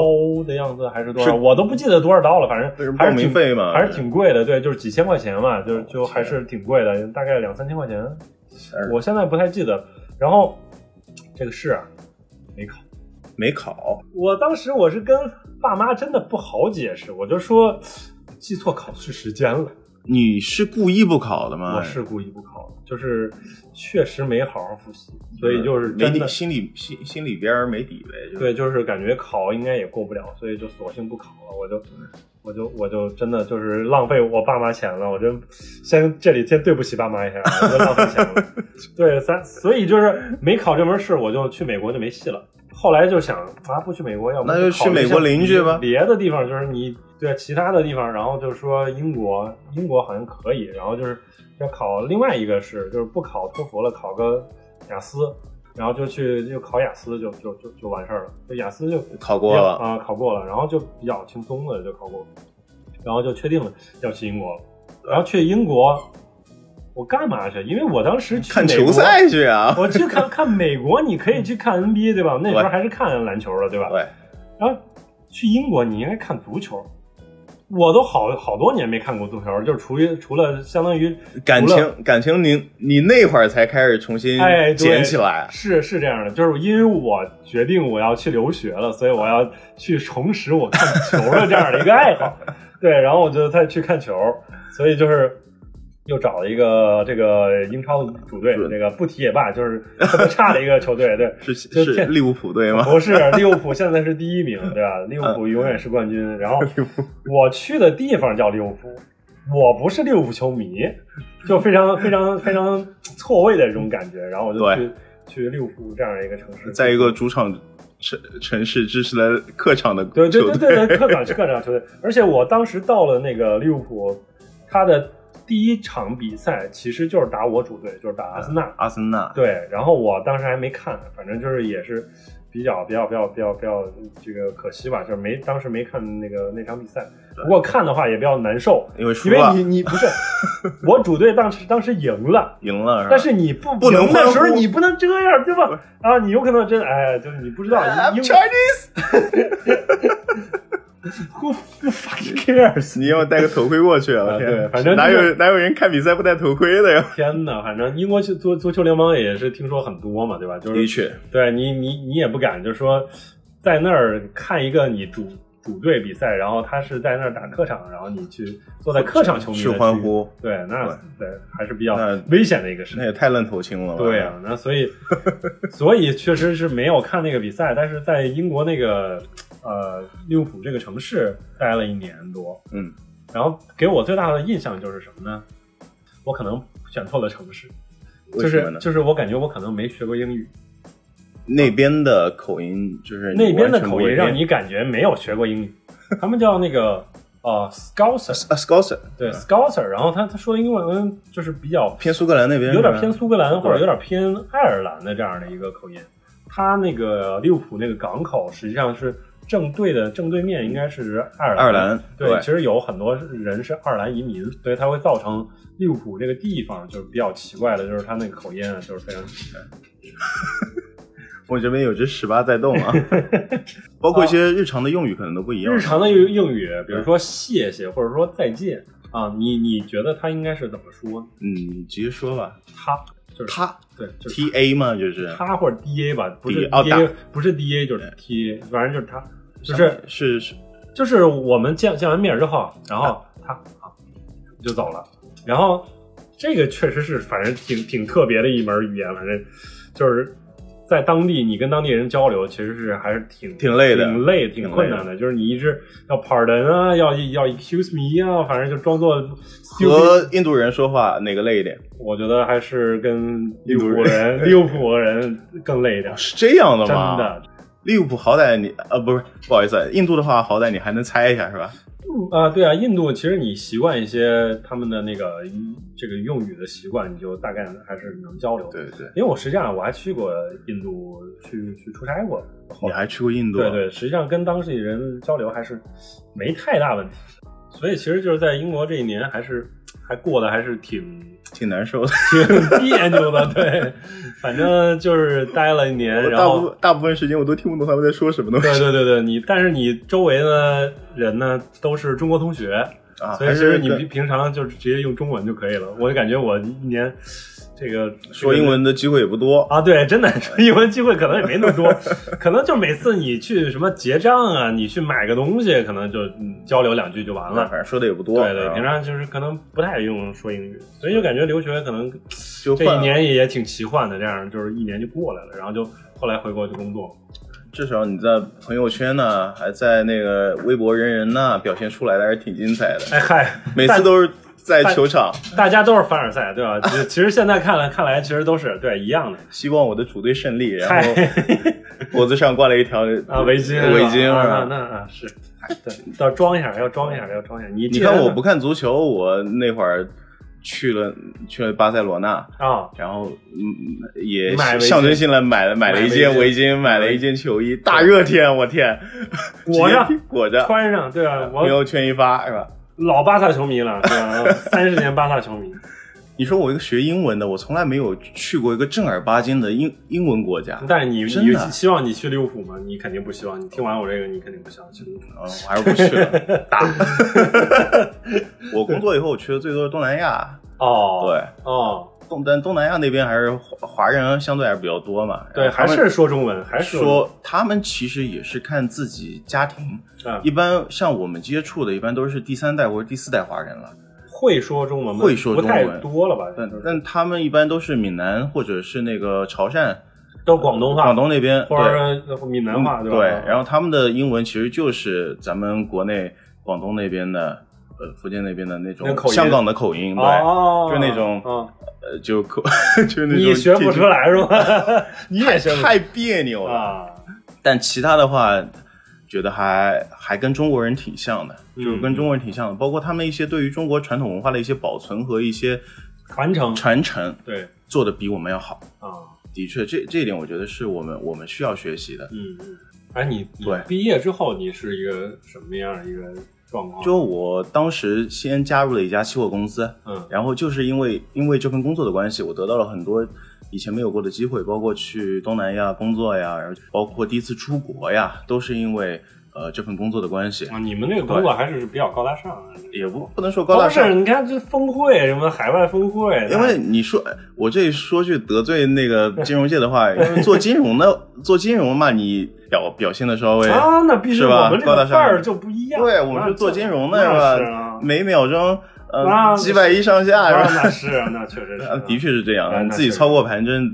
的样子，还是多少，
是
我都不记得多少刀了，反
那是
正
报
还是
名
挺
费嘛
还是挺贵的，对，就是几千块钱嘛，就就
哦天啊
还是挺贵的，大概两三千块钱，
但是
我现在不太记得，然后这个试啊没考。
没考，
我当时我是跟爸妈真的不好解释，我就说记错考试时间了，
你是故意不考的吗？
我是故意不考，就是确实没好好复习，所以就是
没
真的
底，心里心心里边儿没底呗。就是
对，就是感觉考应该也过不了，所以就索性不考了，我就。我就我就真的就是浪费我爸妈钱了，我真先这里先对不起爸妈一下，我就浪费钱了。对，三所以就是没考这门试，我就去美国就没戏了。后来就想啊，不去美国，要不
那就去
考虑一下
美国邻居吧
别的地方就是你对其他的地方，然后就说英国，英国好像可以，然后就是要考另外一个试，就是不考托福了，考个雅思，然后就去就考雅思就就就就完事儿了，就雅思就
考过了
啊、考过了，然后就比较轻松的就考过，然后就确定了要去英国了，然后去英国我干嘛去？因为我当时去
看
美国
球赛去 啊。
我去看看美国，你可以去看 NBA 对吧？那时候还是看篮球的对吧？
对，
然后去英国你应该看足球，我都好好多年没看过足球，就是除于除了相当于
感
除了
情感情你，你那会儿才开始重新
哎对
捡起来，啊
是是这样的，就是因为我决定我要去留学了，所以我要去重拾我看球的这样的一个爱好。对，然后我就再去看球，所以就是又找了一个这个英超的主队，
是
那个不提也罢，就是特别差的一个球队，对，
是
就是哦天
利物浦队吗？
不是，利物浦现在是第一名，对吧？利物浦永远是冠军。然后我去的地方叫利物浦，我不是利物浦球迷，就非常非常非常错位的这种感觉。然后我就去去利物浦这样一个城市，
在一个主场城城市支持了客场的
对对
球
对
队，
对对客场客场球队。而且我当时到了那个利物浦，他的第一场比赛其实就是
嗯
打我主队，就是打阿森纳。
阿森纳
对，然后我当时还没看，反正就是也是比较比较比较比较比较这个可惜吧，就是没当时没看那个那场比赛。不过看的话也比较难受，
因为输
因为
了，
你你不是 我主队当时当时赢了。
赢了吧，
但是你不
嗯不能
赢的时候，
欢呼
你不能这样，对吧？啊，你有可能真哎，就是你不知道，
I'm
你
Chinese，
who who fucking cares？
你要戴个头盔过去啊！
啊
我天
对反正
哪
就
有
是
哪有人看比赛不戴头盔的 呀？
天哪，反正英国足足足球联盟也是听说很多嘛，对吧？就是
的确，
对你，你你也不敢，就是说在那儿看一个你主主队比赛，然后他是在那儿打客场，然后你去坐在客场球迷的
去欢，呼，
对，那
对
对还是比较
那
危险的一个事
那
情。
也太愣头青了吧？
对啊，那所 以所以确实是没有看那个比赛，但是在英国那个呃利物浦这个城市待了一年多，
嗯，
然后给我最大的印象就是什么呢？我可能选错了城市，就
为什么
是
呢？
就是我感觉我可能没学过英语，
那边的口音就是
那边的口音让
你
你感觉没有学过 英语。他们叫那个呃 Scouser，
啊 s c o t
对 Scouser，然后他他说的英文就是比较
偏苏格兰那边
有点
是吧
偏苏格兰或者
对
有点偏爱尔兰的这样的一个口音。他那个利物浦那个港口实际上是正对的正对面应该是爱尔
爱尔兰，
对，其实有很多人是爱尔兰移民，所以它会造成利物浦这个地方就是比较奇怪的，就是它那个口音啊，就是非常
我这边有只十八在动 啊，包括一些日常的用语可能都不一样。
哦日常的用用语，比如说谢谢或者说再见啊，你你觉得它应该是怎么说呢？
嗯，你直接说吧。
他就是
他
对，就是
T A 嘛，就是
他或者 D A 吧，不是
DA 哦
D A，不是 D A 就是 T A，反正就是他，就是
是是
就是我们见见完面之后，然后他啊就走了，然后这个确实是反正挺挺特别的一门语言，反正就是在当地你跟当地人交流，其实是还是挺
挺累的
挺累、挺困难的，就是你一直要 pardon 啊，要要 excuse me 啊，反正就装作 stupid。
和印度人说话哪个累一点？
我觉得还是跟利物浦
印度
人、
人
利物浦人更累一点，
是这样的
真
吗？
的。
利物浦好歹你呃不是不好意思，印度的话好歹你还能猜一下是吧？
嗯啊，对啊，印度其实你习惯一些他们的那个嗯这个用语的习惯，你就大概还是能交流。，
对对，
因为我实际上我还去过印度去去出差过，
你还去过印度？啊
对对，实际上跟当地人交流还是没太大问题，所以其实就是在英国这一年还是还过得还是挺
挺难受的。
挺别扭的，对，反正就是待了一年，
我
然
大
后
部分大部分时间我都听不懂他们在说什么东西
对对对对，你但是你周围的人呢都是中国同学，
啊，
所以
还
其实
是
你
跟
平平常就是直接用中文就可以了。我就感觉我一年这个
说英文的机会也不多。
啊，对，真的说英文机会可能也没那么多，可能就每次你去什么结账啊，你去买个东西，可能就嗯交流两句就完
啊
了。
反正说的也不多，啊
对对，
是吧
平常就是可能不太用说英语，所以就感觉留学可能
就
这
换
一年也挺奇幻的，这样就是一年就过来了，然后就后来回国就工作。
至少你在朋友圈呐，还在那个微博人人呐，表现出来的还是挺精彩的。
哎嗨，
每次都是在球场，
大家都是凡尔赛，对吧？其实其实现在看来看来，其实都是对一样的。
希望我的主队胜利，然后
嗨。
脖子上挂了一条
啊，围巾，
围巾
啊，
是吧
啊那那是，对，要装一下，要装一下，要装一下。你
你
既然
看我不看足球，我那会儿去了去了巴塞罗那，
啊，
然后嗯也
买围巾
象征性的买了买了一件
买围
围巾，买了一件球衣，大热天，我天，
裹着
直接裹着，
穿上，对吧？
朋
我
友圈一发是吧？
老巴萨球迷了，对吧？三十年巴萨球迷，
你说我一个学英文的，我从来没有去过一个正儿八经的英英文国家，
但是你
真
你
的啊
希望你去利物浦吗？你肯定不希望。你听完我这个，你肯定不希望去利物浦。
嗯，我还是不去 了，打。我工作以后，我去的最多是东南亚，
哦，
对，
哦，
东但东南亚那边还是华华人相对还是比较多嘛，
对，
然后
还
他们
是说中文，还是
说他们其实也是看自己家庭，
啊
一般像我们接触的，一般都是第三代或者第四代华人了，
会说中文吗？
会说中文
不太多了吧？
但但他们一般都是闽南或者是那个潮汕、
都广东话，
广东那边，
或
对嗯
者说闽南话，
对
吧？
然后他们的英文其实就是咱们国内广东那边的，呃，福建那边的那种
那口音
香港的口音，对，
哦，
就那种
嗯
呃，就口， 就那种
你学不出来是吧？ 你
太，
也学不出来
太别扭了。
啊。
但其他的话，觉得还还跟中国人挺像的，
嗯
就是跟中国人挺像的，包括他们一些对于中国传统文化的一些保存和一些
传承，
传承，
对
做的比我们要好。
啊，
的确，这这一点我觉得是我们我们需要学习的。
嗯嗯。哎，你你
对
毕业之后你是一个什么样的一个状况？啊
就我当时先加入了一家期货公司，
嗯
然后就是因为因为这份工作的关系，我得到了很多以前没有过的机会，包括去东南亚工作呀，然后包括第一次出国呀，都是因为呃这份工作的关系，
啊，你们那个工作还是比较高大上啊的。
也不不能说高大上
都是，你看这峰会什么海外峰会，
因为你说我这说句得罪 那个金融界的话，因为做金融的做金融嘛，你表表现的稍微
啊，那必须
是吧
我们这
高大
个
上
范儿就不一样。
对，我们
那
是做金融的，
那
吧？
是啊
每秒钟
那
呃几百亿上下，
啊
是吧？
那是啊，那确实是啊，
啊， 的确是这
啊
样，
那
自己
确实
操过盘真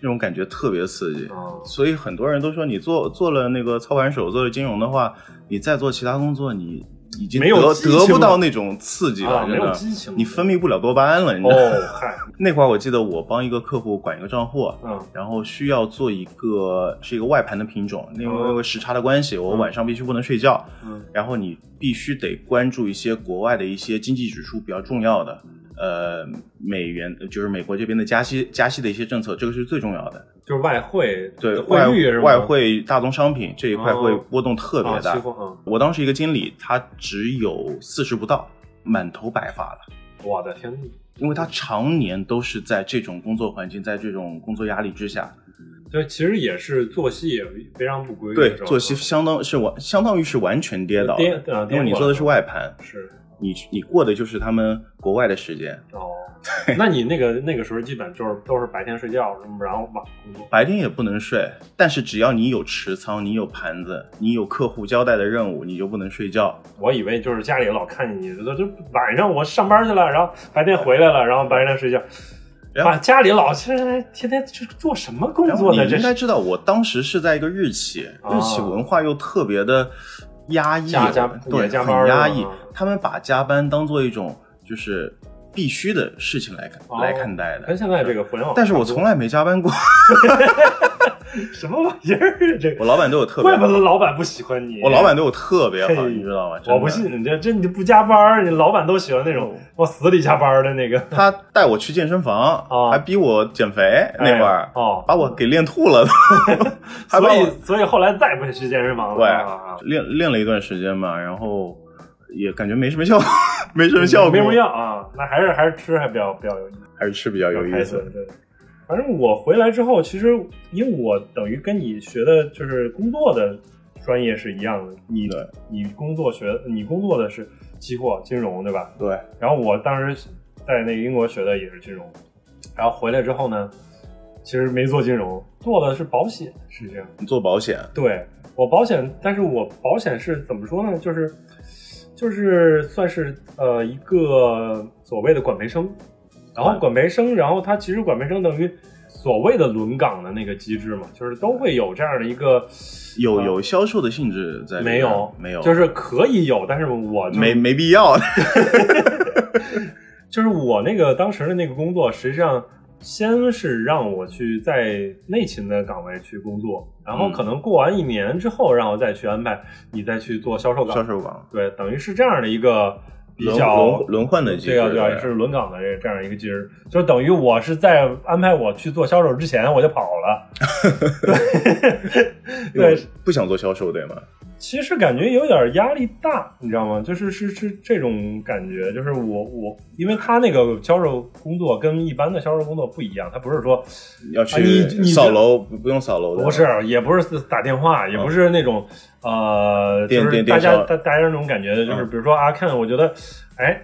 那种感觉特别刺激。
哦
所以很多人都说，你做做了那个操盘手，做了金融的话，你再做其他工作，你已经
没有
得
激情了
得不到那种刺激
啊，
了，
没
真
有
的，
激情，
你分泌不了多巴胺了。你知道吗
哦，嗨，
那会儿我记得我帮一个客户管一个账户，啊
嗯
然后需要做一个是一个外盘的品种，因为
哦
因为时差的关系，我
嗯
晚上必须不能睡觉，
嗯
然后你必须得关注一些国外的一些经济指数比较重要的，
嗯
呃，美元就是美国这边的加息加息的一些政策，这个是最重要的。
就是外呃汇
对，外
汇率是吧？
外汇、大宗商品这一块会
哦
波动特别
啊
大。
期货啊，
我当时一个经理，他只有四十不到，满头白发了。
我的天，
因为他常年都是在这种工作环境，在这种工作压力之下，
对，其实也是作息也非常不规律，
对
是吧
作息相当是完，相当于是完全跌倒
跌
的。
啊跌
因为你
过
做的
来
是外盘，
是
你你过的就是他们国外的时间，
哦，那你那个那个时候基本就是都是白天睡觉，然后晚上工作。
白天也不能睡，但是只要你有持仓，你有盘子，你有客户交代的任务，你就不能睡觉。
我以为就是家里老看见你，就就晚上我上班去了，然后白天回来了，然后白天睡觉。
然后
啊，家里老是天天这做什么工
然后
作
哎你
呢？这
应该
是
知道，我当时是在一个日企，
哦
日企文化又特别的压抑，
加加也
对，
加班
很压
儿
抑
啊。
他们把加班当做一种就是必须的事情来看、
哦
来看待的
跟。现在这个互联网，
但是我从来没加班过，
什么玩意儿？啊这
我老板对我特别
怪不
好
得，老板不喜欢你。
我老板对我特别好，
嘿
你知道吗？真的
我不，信你这这你不加班儿，你老板都喜欢那
嗯
种往死里加班儿的那个。
他带我去健身房，
哦
还逼我减肥，那会儿
哎哦，
把我给练 吐了都， 还把
所
我
以所以后来再不去健身房了。
对
啊
练练了一段时间嘛，然后也感觉没什么效，果，没什么效果，
嗯没什么药啊，那还是还是吃还比较比较有意思，
还是吃比较有
比较
意
开心
思。。
对，反正我回来之后，其实因为我等于跟你学的就是工作的专业是一样的，你
对
你工作学你工作的是期货金融对吧？
对，
然后我当时在那个英国学的也是金融，然后回来之后呢，其实没做金融，做的是保险，是这样。
你做保险，
对我保险，但是我保险是怎么说呢？就是就是算是呃一个所谓的管培生，然后
对
管培生，然后他其实管培生等于所谓的轮岗的那个机制嘛，就是都会有这样的一个
有
啊
有销售的性质在里面，
没有
没有，
就是可以有，但是我就
没没必要。
就是我那个当时的那个工作，实际上先是让我去在内勤的岗位去工作，然后
嗯
可能过完一年之后，让我再去安排你再去做销售岗。
销售岗
对，等于是这样的一个比
轮
较
轮轮换的机制，
对啊对啊，是轮岗的这这样一个机制，就是等于我是在安排我去做销售之前我就跑了。 对，
因为
对，
不想做销售对吗？
其实感觉有点压力大，你知道吗？就是是是这种感觉，就是我我，因为他那个销售工作跟一般的销售工作不一样，他不是说
要
啊你
去
你
扫楼，不不用扫楼的，
不是，也不是打电话，也不是那种、呃，
电
就是
电
大
电
家
销
大大家那种感觉，就是
嗯
比如说阿、看，我觉得，哎，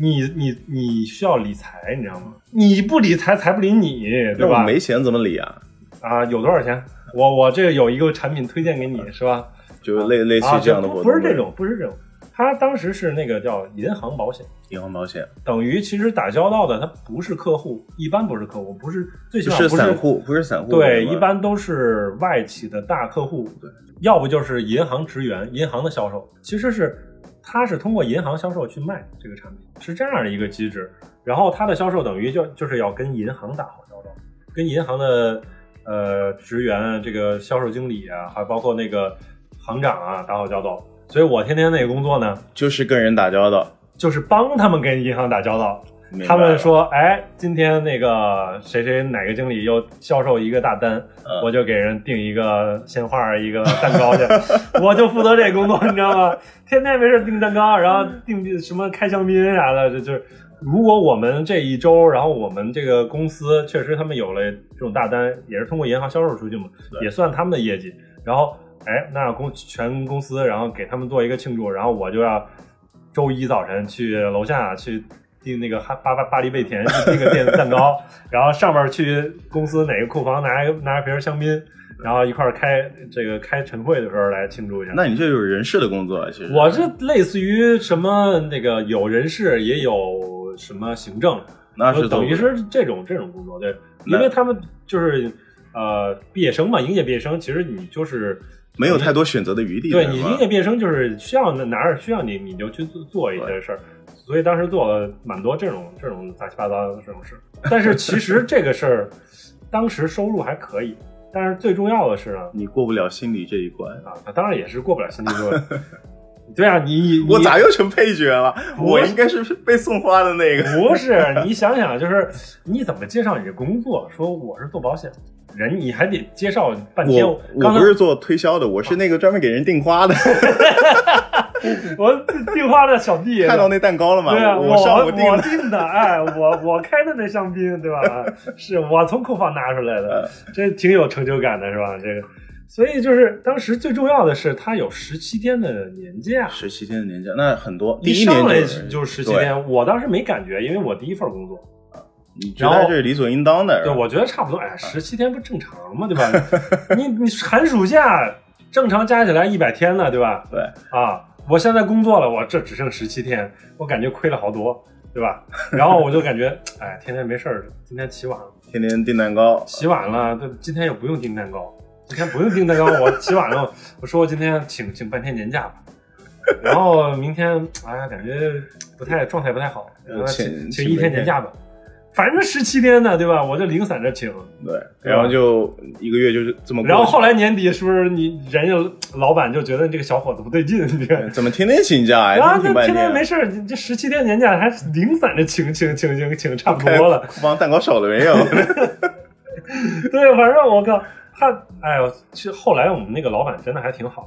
你你你需要理财，你知道吗？你不理财，财不理你，
那
对
我
吧？
没钱怎么理啊？
啊，有多少钱？我我这有一个产品推荐给你，是吧？
就类嗯类似
啊，
于这样的活
不
动，
不是这种，不是这种。他当时是那个叫银行保险，
银行保险，
等于其实打交道的他不是客户，一般不是客户，不是最起
不
码不
是
是
散户，不是散户，
对，
吗
一般都是外企的大客户，
对，
要不就是银行职员、银行的销售，其实是他是通过银行销售去卖这个产品，是这样的一个机制。然后他的销售等于就就是要跟银行打好交道，跟银行的呃职员啊、这个销售经理啊，还包括那个行长啊打好交道。所以我天天那个工作呢，
就是跟人打交道。
就是帮他们跟银行打交道。
明白
他们说，哎，今天那个谁谁哪个经理又销售一个大单，
嗯
我就给人订一个鲜花一个蛋糕去， 我就负责这工作，你知道吗？天天没事订蛋糕，然后订什么开香槟啥的，这就是。如果我们这一周，然后我们这个公司确实他们有了这种大单，也是通过银行销售出去嘛，
对
也算他们的业绩。然后，哎，那公全公司，然后给他们做一个庆祝，然后我就要周一早晨去楼下去订那个哈巴巴巴黎贝甜去订个电蛋糕，然后上面去公司哪个库房拿一拿一瓶香槟，然后一块儿开这个开晨会的时候来庆祝一下。
那你这有人事的工作啊，其实
我是类似于什么那个有人事，也有什么行政，
那是
就等于
做
是这种这种工作，对，
那
因为他们就是呃毕业生嘛，应届毕业生，其实你就是
没有太多选择的余地的，
对你
是吧
应届毕业生就是需要哪儿需要你，你就去做做一些事儿。所以当时做了蛮多这种这种杂七八糟的这种事，但是其实这个事儿当时收入还可以，但是最重要的是呢，
你过不了心理这一关。
啊，当然也是过不了心 理关。对啊，你你
我咋又成配角了？
不
我
是
应该是被送花的那 个。
不是，你想想，就是你怎么介绍你的工作？说我是做保险，人你还得介绍半天。
我我
刚才
不是做推销的，我是那个专门给人订花的。
我订花的小 弟，
看到那蛋糕了吗？
对啊，
我上午订
我
的。
订的，哎，我我开的那香槟， 对吧？是我从库房拿出来的，
嗯
这挺有成就感的，是吧？这个，所以就是当时最重要的是，他有十七天的年假，
十七天的年假，那很多。第
一
一年
上来
有人
就是十七，
对
天，我当时没感觉，因为我第一份工作，
你觉得这是理所应当的？
对，我觉得差不多。哎，十七天不正常吗？对 吧？你你寒暑假正常加起来一百天了，对吧？
对
啊，我现在工作了，我这只剩十七天，我感觉亏了好多，对吧？然后我就感觉， 哎，天天没事儿，今天起晚了，
天天订蛋糕，
起晚了，对，今天也不用订蛋糕，今天不用订蛋糕，我起晚了， 我说我今天请请半天年假吧。然后明天，哎，感觉不太状态不太好，然后
请
嗯请
请
请一天年假吧，反正十七天呢，对吧？我就零散着请，
对，然后就一个月就是这么过去。
然后后来年底是不是你人家老板就觉得这个小伙子不对劲？你这，
怎么天天请假
然后
呀？挺
就
半
天天没
天，
事儿，你这十七天年假还零散着请请请请请，差不多 了。
帮蛋糕少了没有？
对，反正我靠，他哎呦，其实后来我们那个老板真的还挺好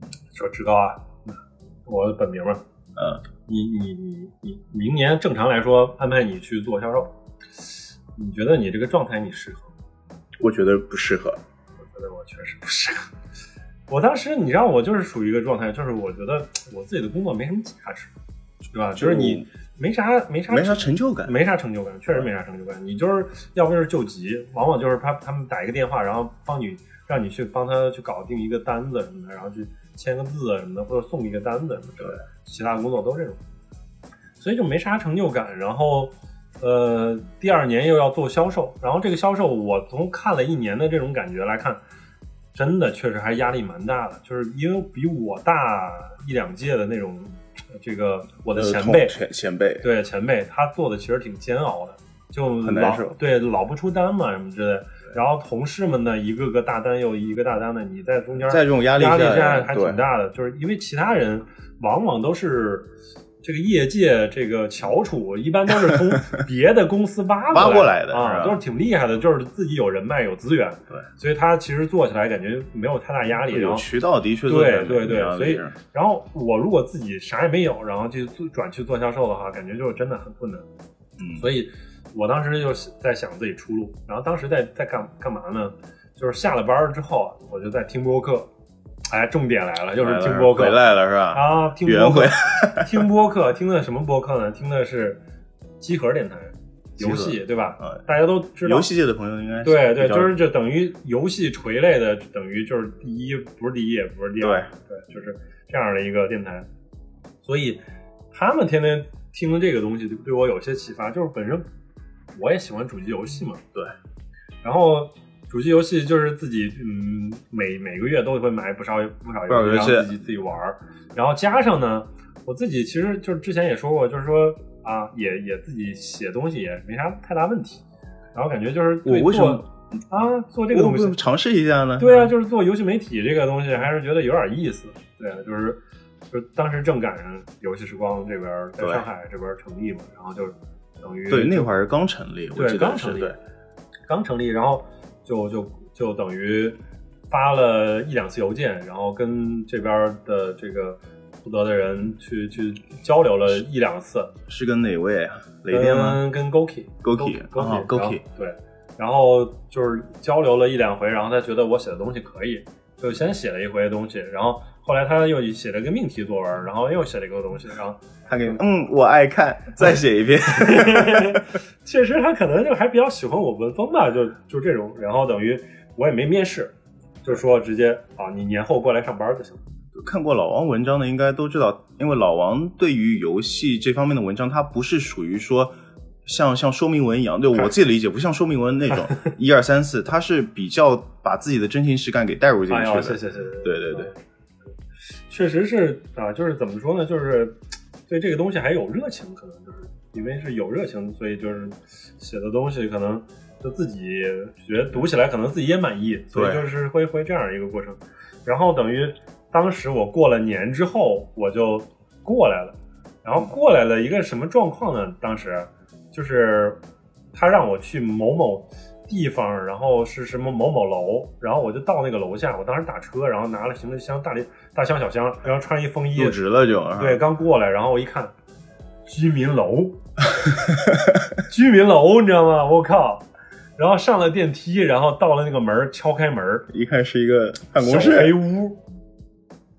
的，说志高啊，我本名嘛，
嗯，
你你你你明年正常来说安排你去做销售，你觉得你这个状态你适合吗？
我觉得不适合。
我觉得我确实不适合。我当时你让我就是属于一个状态，就是我觉得我自己的工作没什么价值，对吧？就是你没啥没啥
没啥成就感。嗯
没啥成就感，确实没啥成就感。你就是要不就是救急，往往就是他他们打一个电话，然后帮你让你去帮他去搞定一个单子什么的，然后去签个字啊什么的，或者送一个单子什么之类的。其他工作都是这种，所以就没啥成就感。然后呃，第二年又要做销售，然后这个销售我从看了一年的这种感觉来看，真的确实还压力蛮大的，就是因为比我大一两届的那种。呃这个我的
呃
前
同
辈，
前前辈，
对前辈，他做的其实挺煎熬的，就
很难
老
受
对老不出单嘛什么之类的。然后同事们呢，一个个大单又一个大单的，你在中间
在这种压力
压力
下
还
对
挺大的，就是因为其他人往往都是这个业界这个翘楚，一般都是 从别的公司挖
挖过
过
来的是吧
啊，都是挺厉害的，就是自己有人脉有资源，
对，
所以他其实做起来感觉没有太大压力，然
有
后
渠道的确
对对对
所
所以然后我如果自己啥也没有，然后去做转去做销售的话，感觉就真的很困难。
嗯，
所以我当时就在想自己出路。然后当时在在干干嘛呢？就是下了班儿之后啊，我就在听播客。哎，重点来了，就是听播客
回来了是吧？
啊，听
圆
播
回
客
来，
听播客，听的什么播客呢？听的是机核电台，游
集
戏对吧
嗯？
大家都知道
游戏界的朋友应该
啊对对，
比较
就是就等于游戏垂类的，等于就是第一，不是第一，也不是第二，对就是这样的一个电台。所以他们天天听的这个东西，对我有些启发。就是本身我也喜欢主机游戏嘛，
对。
然后主机游戏就是自己嗯，每每个月都会买不少不少
不少游
游
戏
然后自己自己玩儿。然后加上呢，我自己其实就是之前也说过，就是说啊，也也自己写东西也没啥太大问题。然后感觉就是
我
对
为什
做
么
啊做这个
我
东西
不尝试一下呢？
对啊，，就是做游戏媒体这个东西，还是觉得有点意思。对啊，就是就是当时正赶上游戏时光这边在
对
上海这边成立嘛，然后就是等于
对，那会儿刚成立，我
对
记
刚
得是
成立
对，
刚成立，然后就就就等于发了一两次邮件，然后跟这边的这个负责的人去去交流了一两次，
是跟哪位啊？雷电吗？
跟跟 Goki
Goki，啊
Goki 然后
Goki
对，然后就是交流了一两回，然后他觉得我写的东西可以，就先写了一回东西，然后后来他又写了个命题作文，然后又写了一个东西，然后
他给嗯，我爱看，再写一遍。
确实他可能就还比较喜欢我文风吧，就就这种，然后等于我也没面试，就说直接啊，你年后过来上班就行。
看过老王文章的应该都知道，因为老王对于游戏这方面的文章，他不是属于说像像说明文一样，对我自己理解不像说明文那 种一二三四，他是比较把自己的真情实感给带入进
哎
去
呦，
的。
谢谢谢谢，
对对对，
确实是啊，就是怎么说呢，就是对这个东西还有热情，可能就是因为是有热情，所以就是写的东西可能就自己觉得读起来可能自己也满意，所以
对
就是会会这样一个过程。然后等于当时我过了年之后，我就过来了，然后过来了一个什么状况呢？当时就是他让我去某某。地方，然后是什么某某楼，然后我就到那个楼下，我当时打车，然后拿了行李箱、大礼大箱、小箱，然后穿一风衣
入，职了就啊
对，，刚过来，然后我一看，居民 楼，居民楼，你知道吗？我靠！然后上了电梯，然后到了那个门儿，敲开门儿，
一看是一个办公
小黑
室，
屋，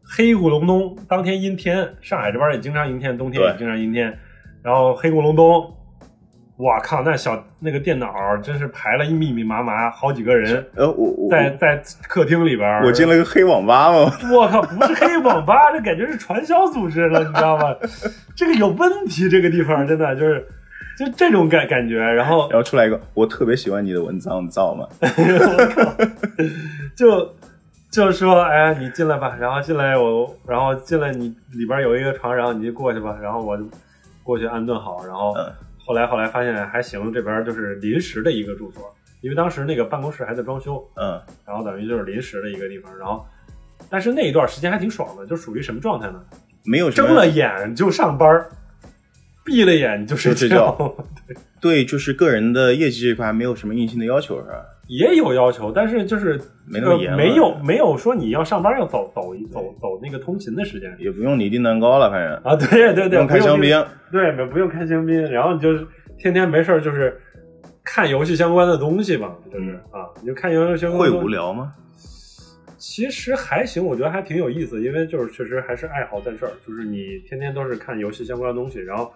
黑咕隆咚。当天阴天，上海这边也经常阴天，冬天也
对
经常阴天。然后黑咕隆咚，哇靠，那小那个电脑真是排了一密密麻麻，好几个人
呃，我我
在在客厅里边儿。
我我进了个黑网吧嘛，
我靠，不是黑网吧，这感觉是传销组织了，你知道吗？ 这个有问题，这个地方真的就是就这种感感觉。然后
然后出来一个，我特别喜欢你的文章，你知道吗？
就就说，哎，你进来吧。然后进来我，然后进来你里边有一个床，然后你就过去吧。然后我就过去安顿好。然后
嗯
后来后来发现还行，这边就是临时的一个住所，因为当时那个办公室还在装修，
嗯，
然后等于就是临时的一个地方。然后但是那一段时间还挺爽的，就属于什么状态呢？
没有什
睁
么
了眼就上班儿，闭了眼就睡
就睡
觉
觉，对，就是个人的业绩这块没有什么硬性的要求是吧？
也有要求，但是就是
没那么
呃
严了
没有没有说你要上班要走走一走走那个通勤的时间
也不用你订蛋糕了，反正
啊，对对
不
对，
用开香
不用
槟，
对，不用看香槟，然后你就是天天没事儿就是看游戏相关的东西吧，就是、啊，你就看游戏相关
嗯会
的东西
无，聊吗？
其实还行，我觉得还挺有意思，因为就是确实还是爱好在这儿，就是你天天都是看游戏相关的东西，然后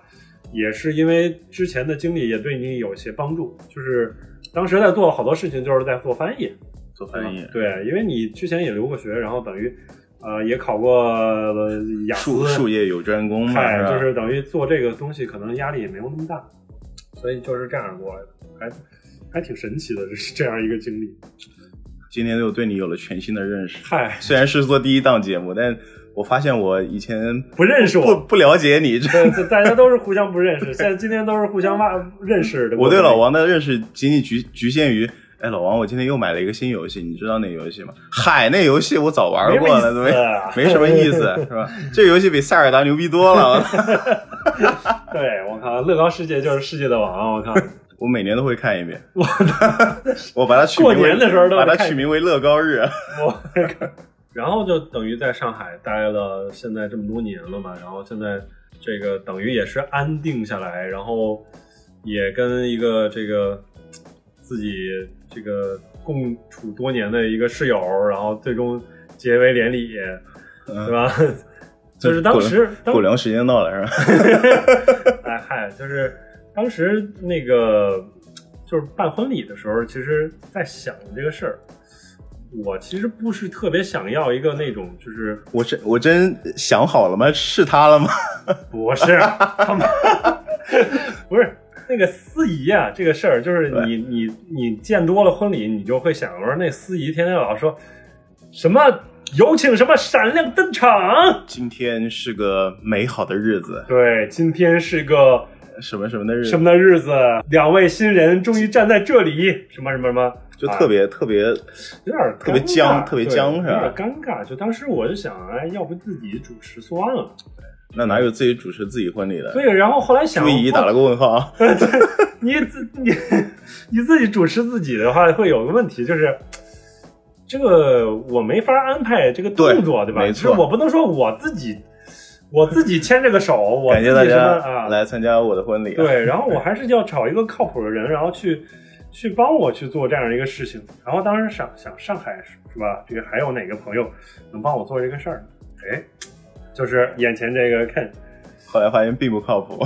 也是因为之前的经历也对你有些帮助，就是当时在做好多事情，就是在做翻译，啊
做翻译，
对，因为你之前也留过学，然后等于呃也考过呃雅思，
术术业有专攻嘛，
嗨，
吧？
就是等于做这个东西可能压力也没有那么大，所以就是这样过来的，还还挺神奇的，这是这样一个经历，
今年又对你有了全新的认识。
嗨，
虽然是做第一档节目，但我发现我以前
不认识
不
我。
不了解你，这
对，这大家都是互相不认识，现在今天都是互相骂认识的。
我对老，王的认识仅仅局局限于。哎，老王，我今天又买了一个新游戏，你知道那游戏吗？嗨，那游戏我早玩过了，怎么
没什么意思啊
没什么意思，是吧？这游戏比塞尔达牛逼多了。
对我靠，乐高世界就是世界的啊王，我靠，
我每年都会看一遍，我我把它取
过
名为
年的时候都会
把它
看一
取名为乐高日。
我然后就等于在上海待了现在这么多年了嘛，然后现在这个等于也是安定下来，然后也跟一个这个自己这个共处多年的一个室友，然后最终结为连理，对吧？就是当时当
狗粮时间到了，是吧？
哎嗨，就是当时那个就是办婚礼的时候，其实在想这个事儿。我其实不是特别想要一个那种，就是
我真我真想好了吗？是他了吗？
不是他妈，不是那个司仪啊，这个事儿就是你你你见多了婚礼，你就会想，我说那司仪天天老说什么有请什么闪亮登场，
今天是个美好的日子，
对，今天是个
什么什么的日
什
子，
么的日子，两位新人终于站在这里，什么什么什么，
就特别、特别，
有点
特别
尴尬
僵特别
对
僵是吧
有点尴尬。就当时我就想，哎，要不自己主持算了。
那哪有自己主持自己婚礼的？
对，然后后来想，
注意打了个问号啊！
你自你你自己主持自己的话，会有个问题，就是这个我没法安排这个
对
动作，对吧？
没
就是
错
我不能说我自己我自己牵这个手，我
感
自己
谢大
什么
家
啊？
来参加我的婚礼、啊。
对，然后我还是要找一个靠谱的人，然后去去帮我去做这样一个事情。然后当时想想上海是是吧？这个还有哪个朋友能帮我做这个事儿呢？哎，就是眼前这个 Ken
后来发现并不靠谱，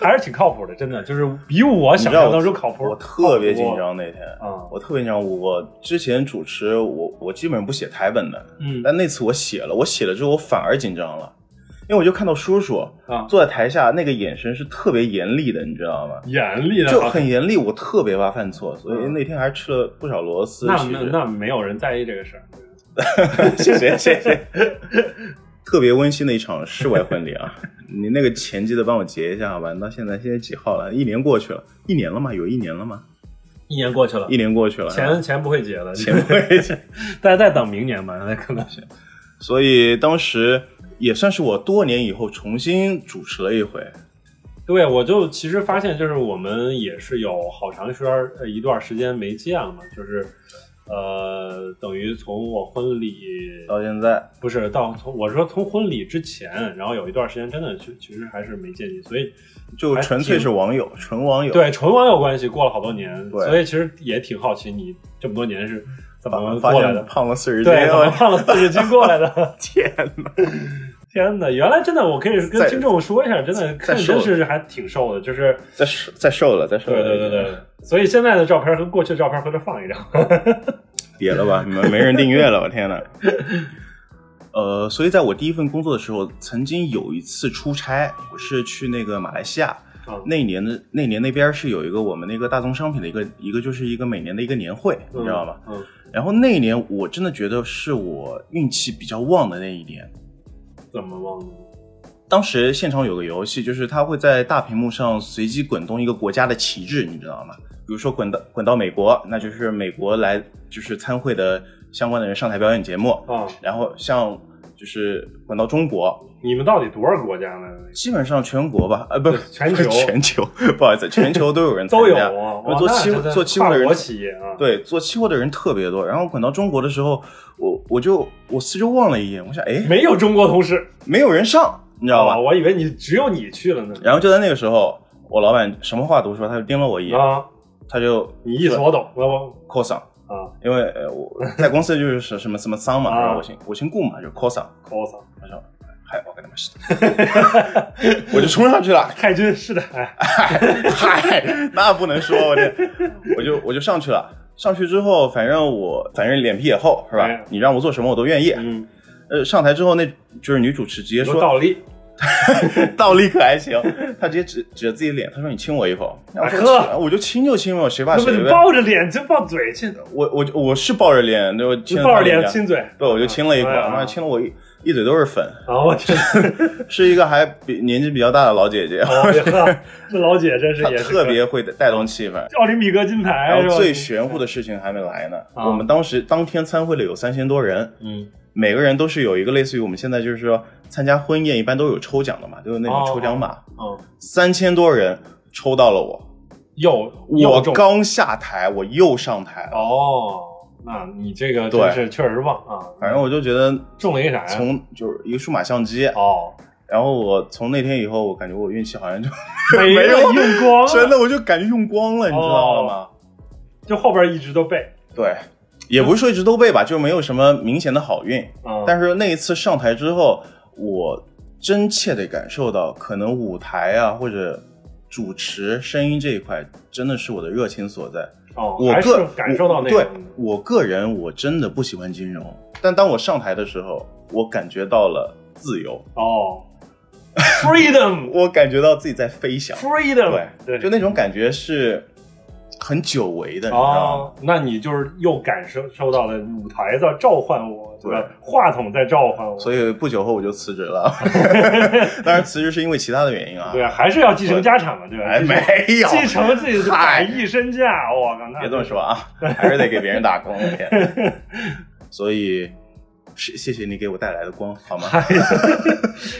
还是挺靠谱的，真的就是比我
你
想
知道
象
我
当中靠谱。
我特别紧张那天，
啊，
我特别紧张。我之前主持我我基本上不写台本的，
嗯
但那次我写了，我写了之后我反而紧张了，因为我就看到叔叔
啊，
坐在台下那个眼神是特别严厉的，你知道吗？
严厉的
就
啊
很严厉，我特别怕犯错，所以
嗯
那天还吃了不少螺丝。
那
其实
那那没有人在意这个事儿。
谢 谢谢谢。特别温馨的一场室外婚礼啊！你那个前记得帮我结一下，好吧？到现在现在几号了？一年过去了，一年了吗？有一年了吗？
一年过去了
一，年过去了，
钱钱不会结了，
钱不会结，
再再等明年吧，那可能是
所以当时也算是我多年以后重新主持了一回。
对，我就其实发现，就是我们也是有好长时间呃一段时间没见了嘛，就是呃，等于从我婚礼呃
到现在，
不是到从我说从婚礼之前，然后有一段时间真的其其实还是没见你，所以
就纯粹是网友，纯网友，
哎对纯网友关系过了好多年，
对
所以其实也挺好奇你这么多年是怎么
发
过来
现
的，
胖了四十斤，
对，怎么
我
胖了四十斤过来 的？
天哪！
天哪，原来真的我可以跟
在
听众说一下，真的看
在
着
瘦
真是还挺瘦的，就是
再瘦再瘦了，再瘦
对
了，
对对对，所以现在的照片和过去的照片回头放一 张。
别了 吧，没没人订阅了，我天哪！ 呃，所以在我第一份工作的时候，曾经有一次出差，我是去那个马来西亚。
啊
那年的那年那边是有一个我们那个大宗商品的一个一个就是一个每年的一个年会，你知道吗？？
嗯，
然后那一年我真的觉得是我运气比较旺的那一年。
怎么忘了？
当时现场有个游戏，就是它会在大屏幕上随机滚动一个国家的旗帜，你知道吗？比如说滚到滚到美国，那就是美国来就是参会的相关的人上台表演节目，
啊，
然后像就是滚到中国，
你们到底多少国家呢？
基本上全国吧，呃，不，
全球
全球，不好意思，全球都有人参
都有
加
啊，
因为
哇
做
那
期
真的
做期货的人
跨国企业啊，
对，做期货的人特别多。然后滚到中国的时候，我我就我四周望了一眼，我想，哎，
没有中国同事，
没有人上，你知道吧？
哦我以为你只有你去了呢。
然后就在那个时候，我老板什么话都不说，他就盯了我一眼，
啊，
他就
你一所懂，我我
cos 上，
啊
因为呃 我在公司就是什什么什么桑嘛，
啊
然后我姓我姓顾嘛，就 cos 上，
，cos
他说，嗨，我跟他们是， 我就冲上去了，
太君是的，哎，
嗨，那不能说，我这我就我就上去了。上去之后，反正我反正脸皮也厚，是吧
哎？
你让我做什么我都愿意。
嗯，
呃，上台之后，那就是女主持直接
有
说
道理，
倒立可还行，她直接指指着自己脸，她说你亲我一口。那我说
啊呵
亲我就亲就亲嘛，谁怕
那不
谁
你
呗。
抱着脸就抱嘴亲，
我我就我是抱着脸，对我亲
你
了
抱着
她一
脸
下，
亲嘴，
对，我就亲了一口，
哎呀
妈亲了我一一嘴都是粉，
啊，我天，
是一个还比年纪比较大的老姐姐，
哦也呵这老姐真是
她
也是个
特别会带动气氛。
奥林匹克金牌
然
是吧
后最玄乎的事情还没来呢，
啊
我们当时当天参会了有三千多人，
嗯，
每个人都是有一个类似于我们现在就是说参加婚宴一般都有抽奖的嘛，都有那种
哦
抽奖码，
哦，
三千多人抽到了我，
又又
我
中
刚下台我又上台了，
哦，那你这个
对
真是确实旺啊！
反正我就觉得
中了一个啥呀？
从就是一个数码相机，
哎哦，
然后我从那天以后我感觉我运气好像就
没
没
了
有
用光
真的我就感觉用光了，你知道了
哦
吗？
就后边一直都背。
对，也不是说一直都背吧，就没有什么明显的好运。
嗯，
但是那一次上台之后，我真切地感受到，可能舞台啊或者主持声音这一块，真的是我的热情所在。
哦，
我
还是
个
感受到那
对
个
我个人我真的不喜欢金融，但当我上台的时候，我感觉到了自由，
哦 ，freedom，freedom，
我感觉到自己在飞翔，
对
就那种感觉是很久违的，你知道吗？
哦，那你就是又感受受到了舞台在召唤我，对吧
对？
话筒在召唤我，
所以不久后我就辞 职了，当然辞职是因为其他的原因啊。
对，还是要继承家产嘛，对吧？
哎，
继承
没有，
继承自己的
嗨
百亿身价，我靠！那
别这么说啊，还是得给别人打工。我天所以是谢谢你给我带来的光，好吗？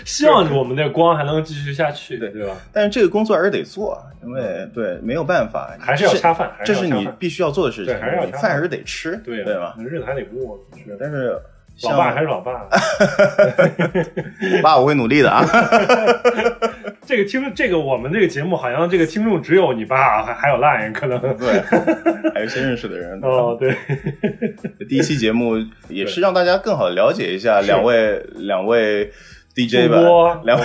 希望我们的光还能继续下去，
对
对吧？
但是这个工作还是得做，因为对没有办法，
还是要恰饭，还
这
要
是
恰
你
饭
必须要做的事情，
对还是要
你
恰
饭
饭
还是得吃，
对啊
对
呀
吧？
日子还得过，啊是
但是像
老爸还是老爸。啊
爸，我会努力 的啊。
这个听这个我们这个节目好像这个听众只有你爸，还还有烂人可能。
对，还有一些认识的人。
哦，对，
第一期节目也是让大家更好地了解一下
是
两位两位 DJ
主播
吧，两 位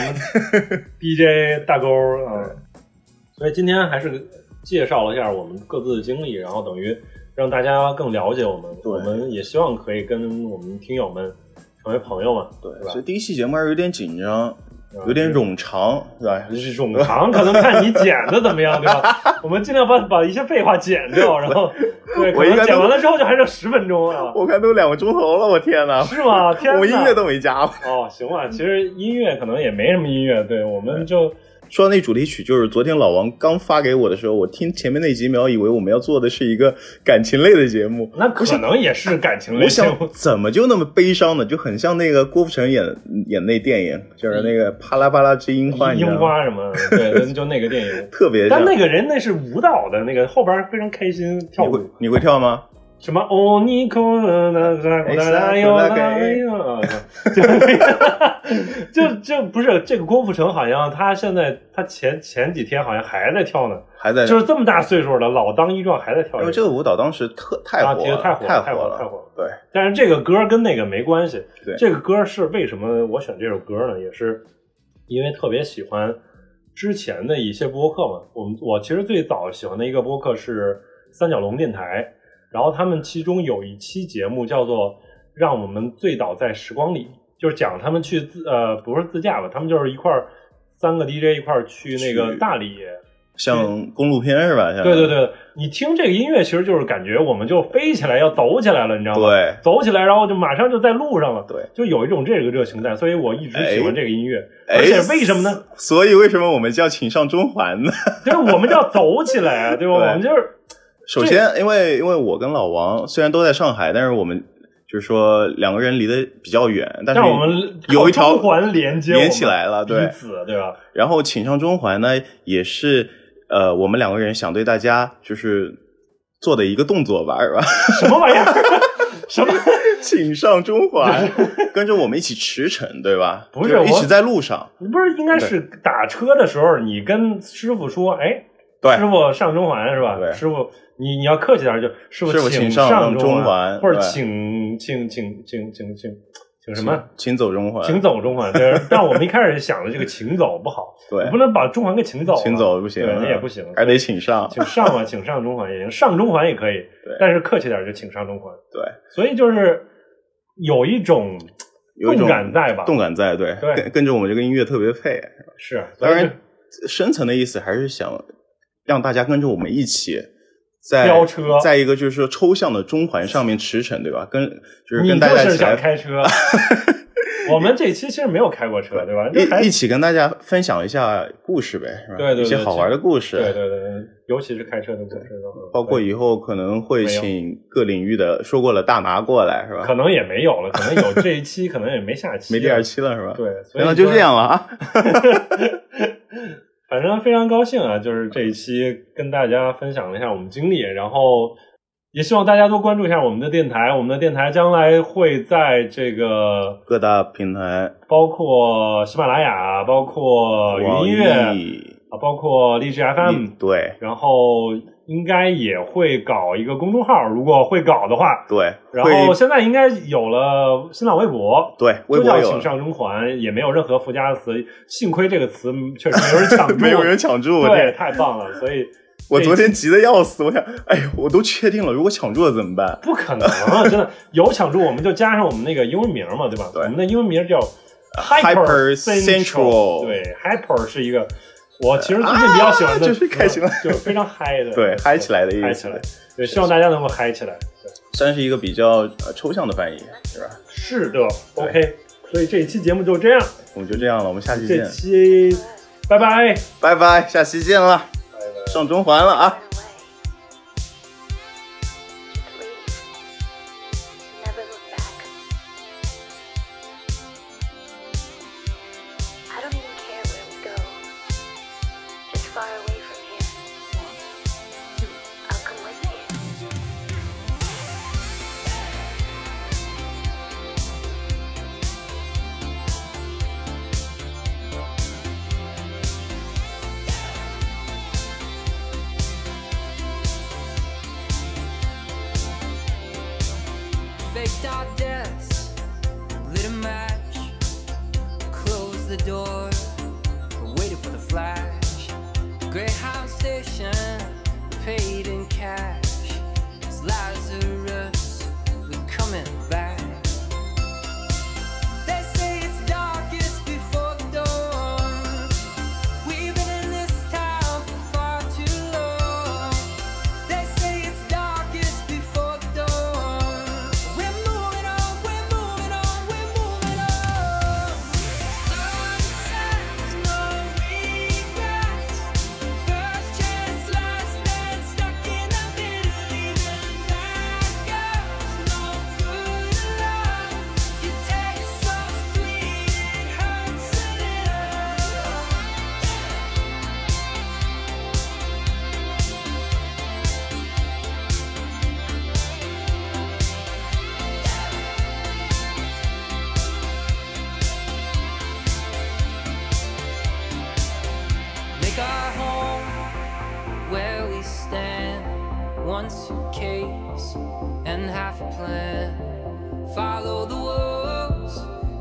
DJ 大勾啊、所以今天还是介绍了一下我们各自的经历，然后等于让大家更了解我们。
对
我们也希望可以跟我们听友们成为朋友嘛，
对
是，吧嗯
所以第一期节目还是有点紧张，
对吧
有点。冗长，对吧？
冗长可能看你剪的怎么样，对吧？我们尽量把把一些废话剪掉，然后对，
我
可
应
能
该都
剪完了之后就还剩十分钟啊，
我看都两个钟头了，我天哪！
是吗？天哪！
我音乐都没加。
哦，行吧，其实音乐可能也没什么音乐，对，我们就
说到那主题曲，就是昨天老王刚发给我的时候，我听前面那几秒，以为我们要做的是一个感情类的节目。
那可能也是感情类
我
节
想
目，
怎么就那么悲伤呢？就很像那个郭富城演演那电影，就是那个《啪啦啪啦之樱花》，你知道
嗯
吗。
樱花什么，对，对就那个电影
特别像。
但那个人那是舞蹈的，那个后边非常开心跳
你会
舞，
你会跳吗？
什么哦，你可能在古代来哟来哟，就那个就就不是这个郭富城，好像他现在他前前几天好像还在跳呢，
还在
就是这么大岁数了，老当益壮还在跳
因
个。
为这个舞蹈当时特太
啊
火
挺
了，
太火了太
火
火了太火了
对，
但是这个歌跟那个没关系。
对
这个歌是为什么我选这首歌呢？也是因为特别喜欢之前的一些播客嘛。我们我其实最早喜欢的一个播客是三角龙电台，然后他们其中有一期节目叫做《让我们醉倒在时光里》，就是讲他们去自呃不是自驾吧，他们就是一块儿三个 DJ 一块儿去那个
去
大理。
像公路片是吧？像
对对对，你听这个音乐，其实就是感觉我们就飞起来要走起来了，你知道吗？
对
走起来，然后就马上就在路上了，
对，
就有一种这个热情在，所以我一直喜欢这个音乐，
哎
而且为什么呢？
所以为什么我们叫请上中环呢？
就是我们要走起来啊，对吧？
对
我们就是
首先，因为因为我跟老王虽然都在上海，但是我们就是说两个人离得比较远，但是
让我们
有一条
靠中环连接我们嗯
连起来了，对
彼。此，对吧？
然后请上中环呢，也是呃我们两个人想对大家就是做的一个动作吧，是 吧？
什么玩意儿？ 什么？
请上 中环，跟着我们一起驰骋，对吧？
不是
就一
我
起在路上，
你不是应该是打车的时候，你跟师傅说，哎，
对
师傅上中环是吧？
对
师傅，你你要客气点儿，就师
师
傅
傅请上
上
中
环，
环
或者
对
请请请请请请请什么？
请走中环，
请走中环，对，但我们一开始想的这个请走不 好，
对
你不能把中环给请走了，
请走不行，啊嗯
对，那也不行，
还得请上。
请上啊，请上中环也行，上中环也可以
对，
但是客气点就请上中环，
对，
所以就是有一种
有一
动
种
感在吧，
动感在，对，
对
跟跟着我们这个音乐特别配。
是，
当
所以
然，深层的意思还是想让大家跟着我们一起。在
飙车
在一个就是说抽象的中环上面驰骋，对吧？跟就是
你
跟大
就
家一
是
起
想
来
开 车，我们这期其实没有开过车，对吧？就还
一一起跟大家分享一下故事呗，是吧？
对对对
一些好玩的故事，
对对对，对尤其是开车的故事，嗯
包括
对
以后可能会
没有
请各领域的说过了大拿过来，是
可
吧？
能也没有了，可能有这一期，可能也没下期，
没第二，期了，是吧？，
对，所以
原来就
说
这样了啊！
反正非常高兴啊，就是这一期跟大家分享了一下我们经历，然后也希望大家多关注一下我们的电台。我们的电台将来会在这个
各大平台，
包括喜马拉雅、包括云音乐嗯
网易
啊，包括荔枝 FM，
对
然后应该也会搞一个公众号，如果会搞的话。
对，
然
会
后现在应该有了新浪微博，
对微
就
博
叫
有
请
了，
上中环，也没有任何附加的词，幸亏这个词确实没有人 抢注，
没有人抢 注我
对，
这，
太棒了！所以
我昨天急得要死，我想，哎呦，我都确定了，如果抢注了怎么办？
不可能，啊真的有抢注，我们就加上我们那个英文名嘛，对吧？
对呃
我们的英文名叫
Hyper
Central，
Central
对，Hyper 是一个我其实最近比较喜欢的，
啊就是开心了
嗯就是非常嗨的，
对，嗨起来的意思，
嗨起来，对，希望大家能够嗨起来，对
算是一个比较呃抽象的翻译，是吧？
是的，OK。所以这一期节目就这样，
我们就这样了，我们下期
这
见，
期拜拜。
拜拜，下期见了，上中环了啊！
Just leave. Never look back. faked our deaths, lit a match, closed the door, waited for the flash. Greyhound station, paid in cash. It's Lazarus, we're coming back. They say it's darkest before the dawn. We've been in this town for far too long. They say it's darkest before the dawn. We're moving on, we're moving on, we're moving on. Sunsets, no regrets. First chance, last stand, stuck in the middle. Even bad girls, no good love. You taste so sweet, it hurts a little. Make our home where we stand. One suitcase and half a plan. Follow the wolves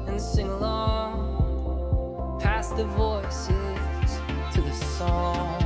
and sing along. Past the voices to the song.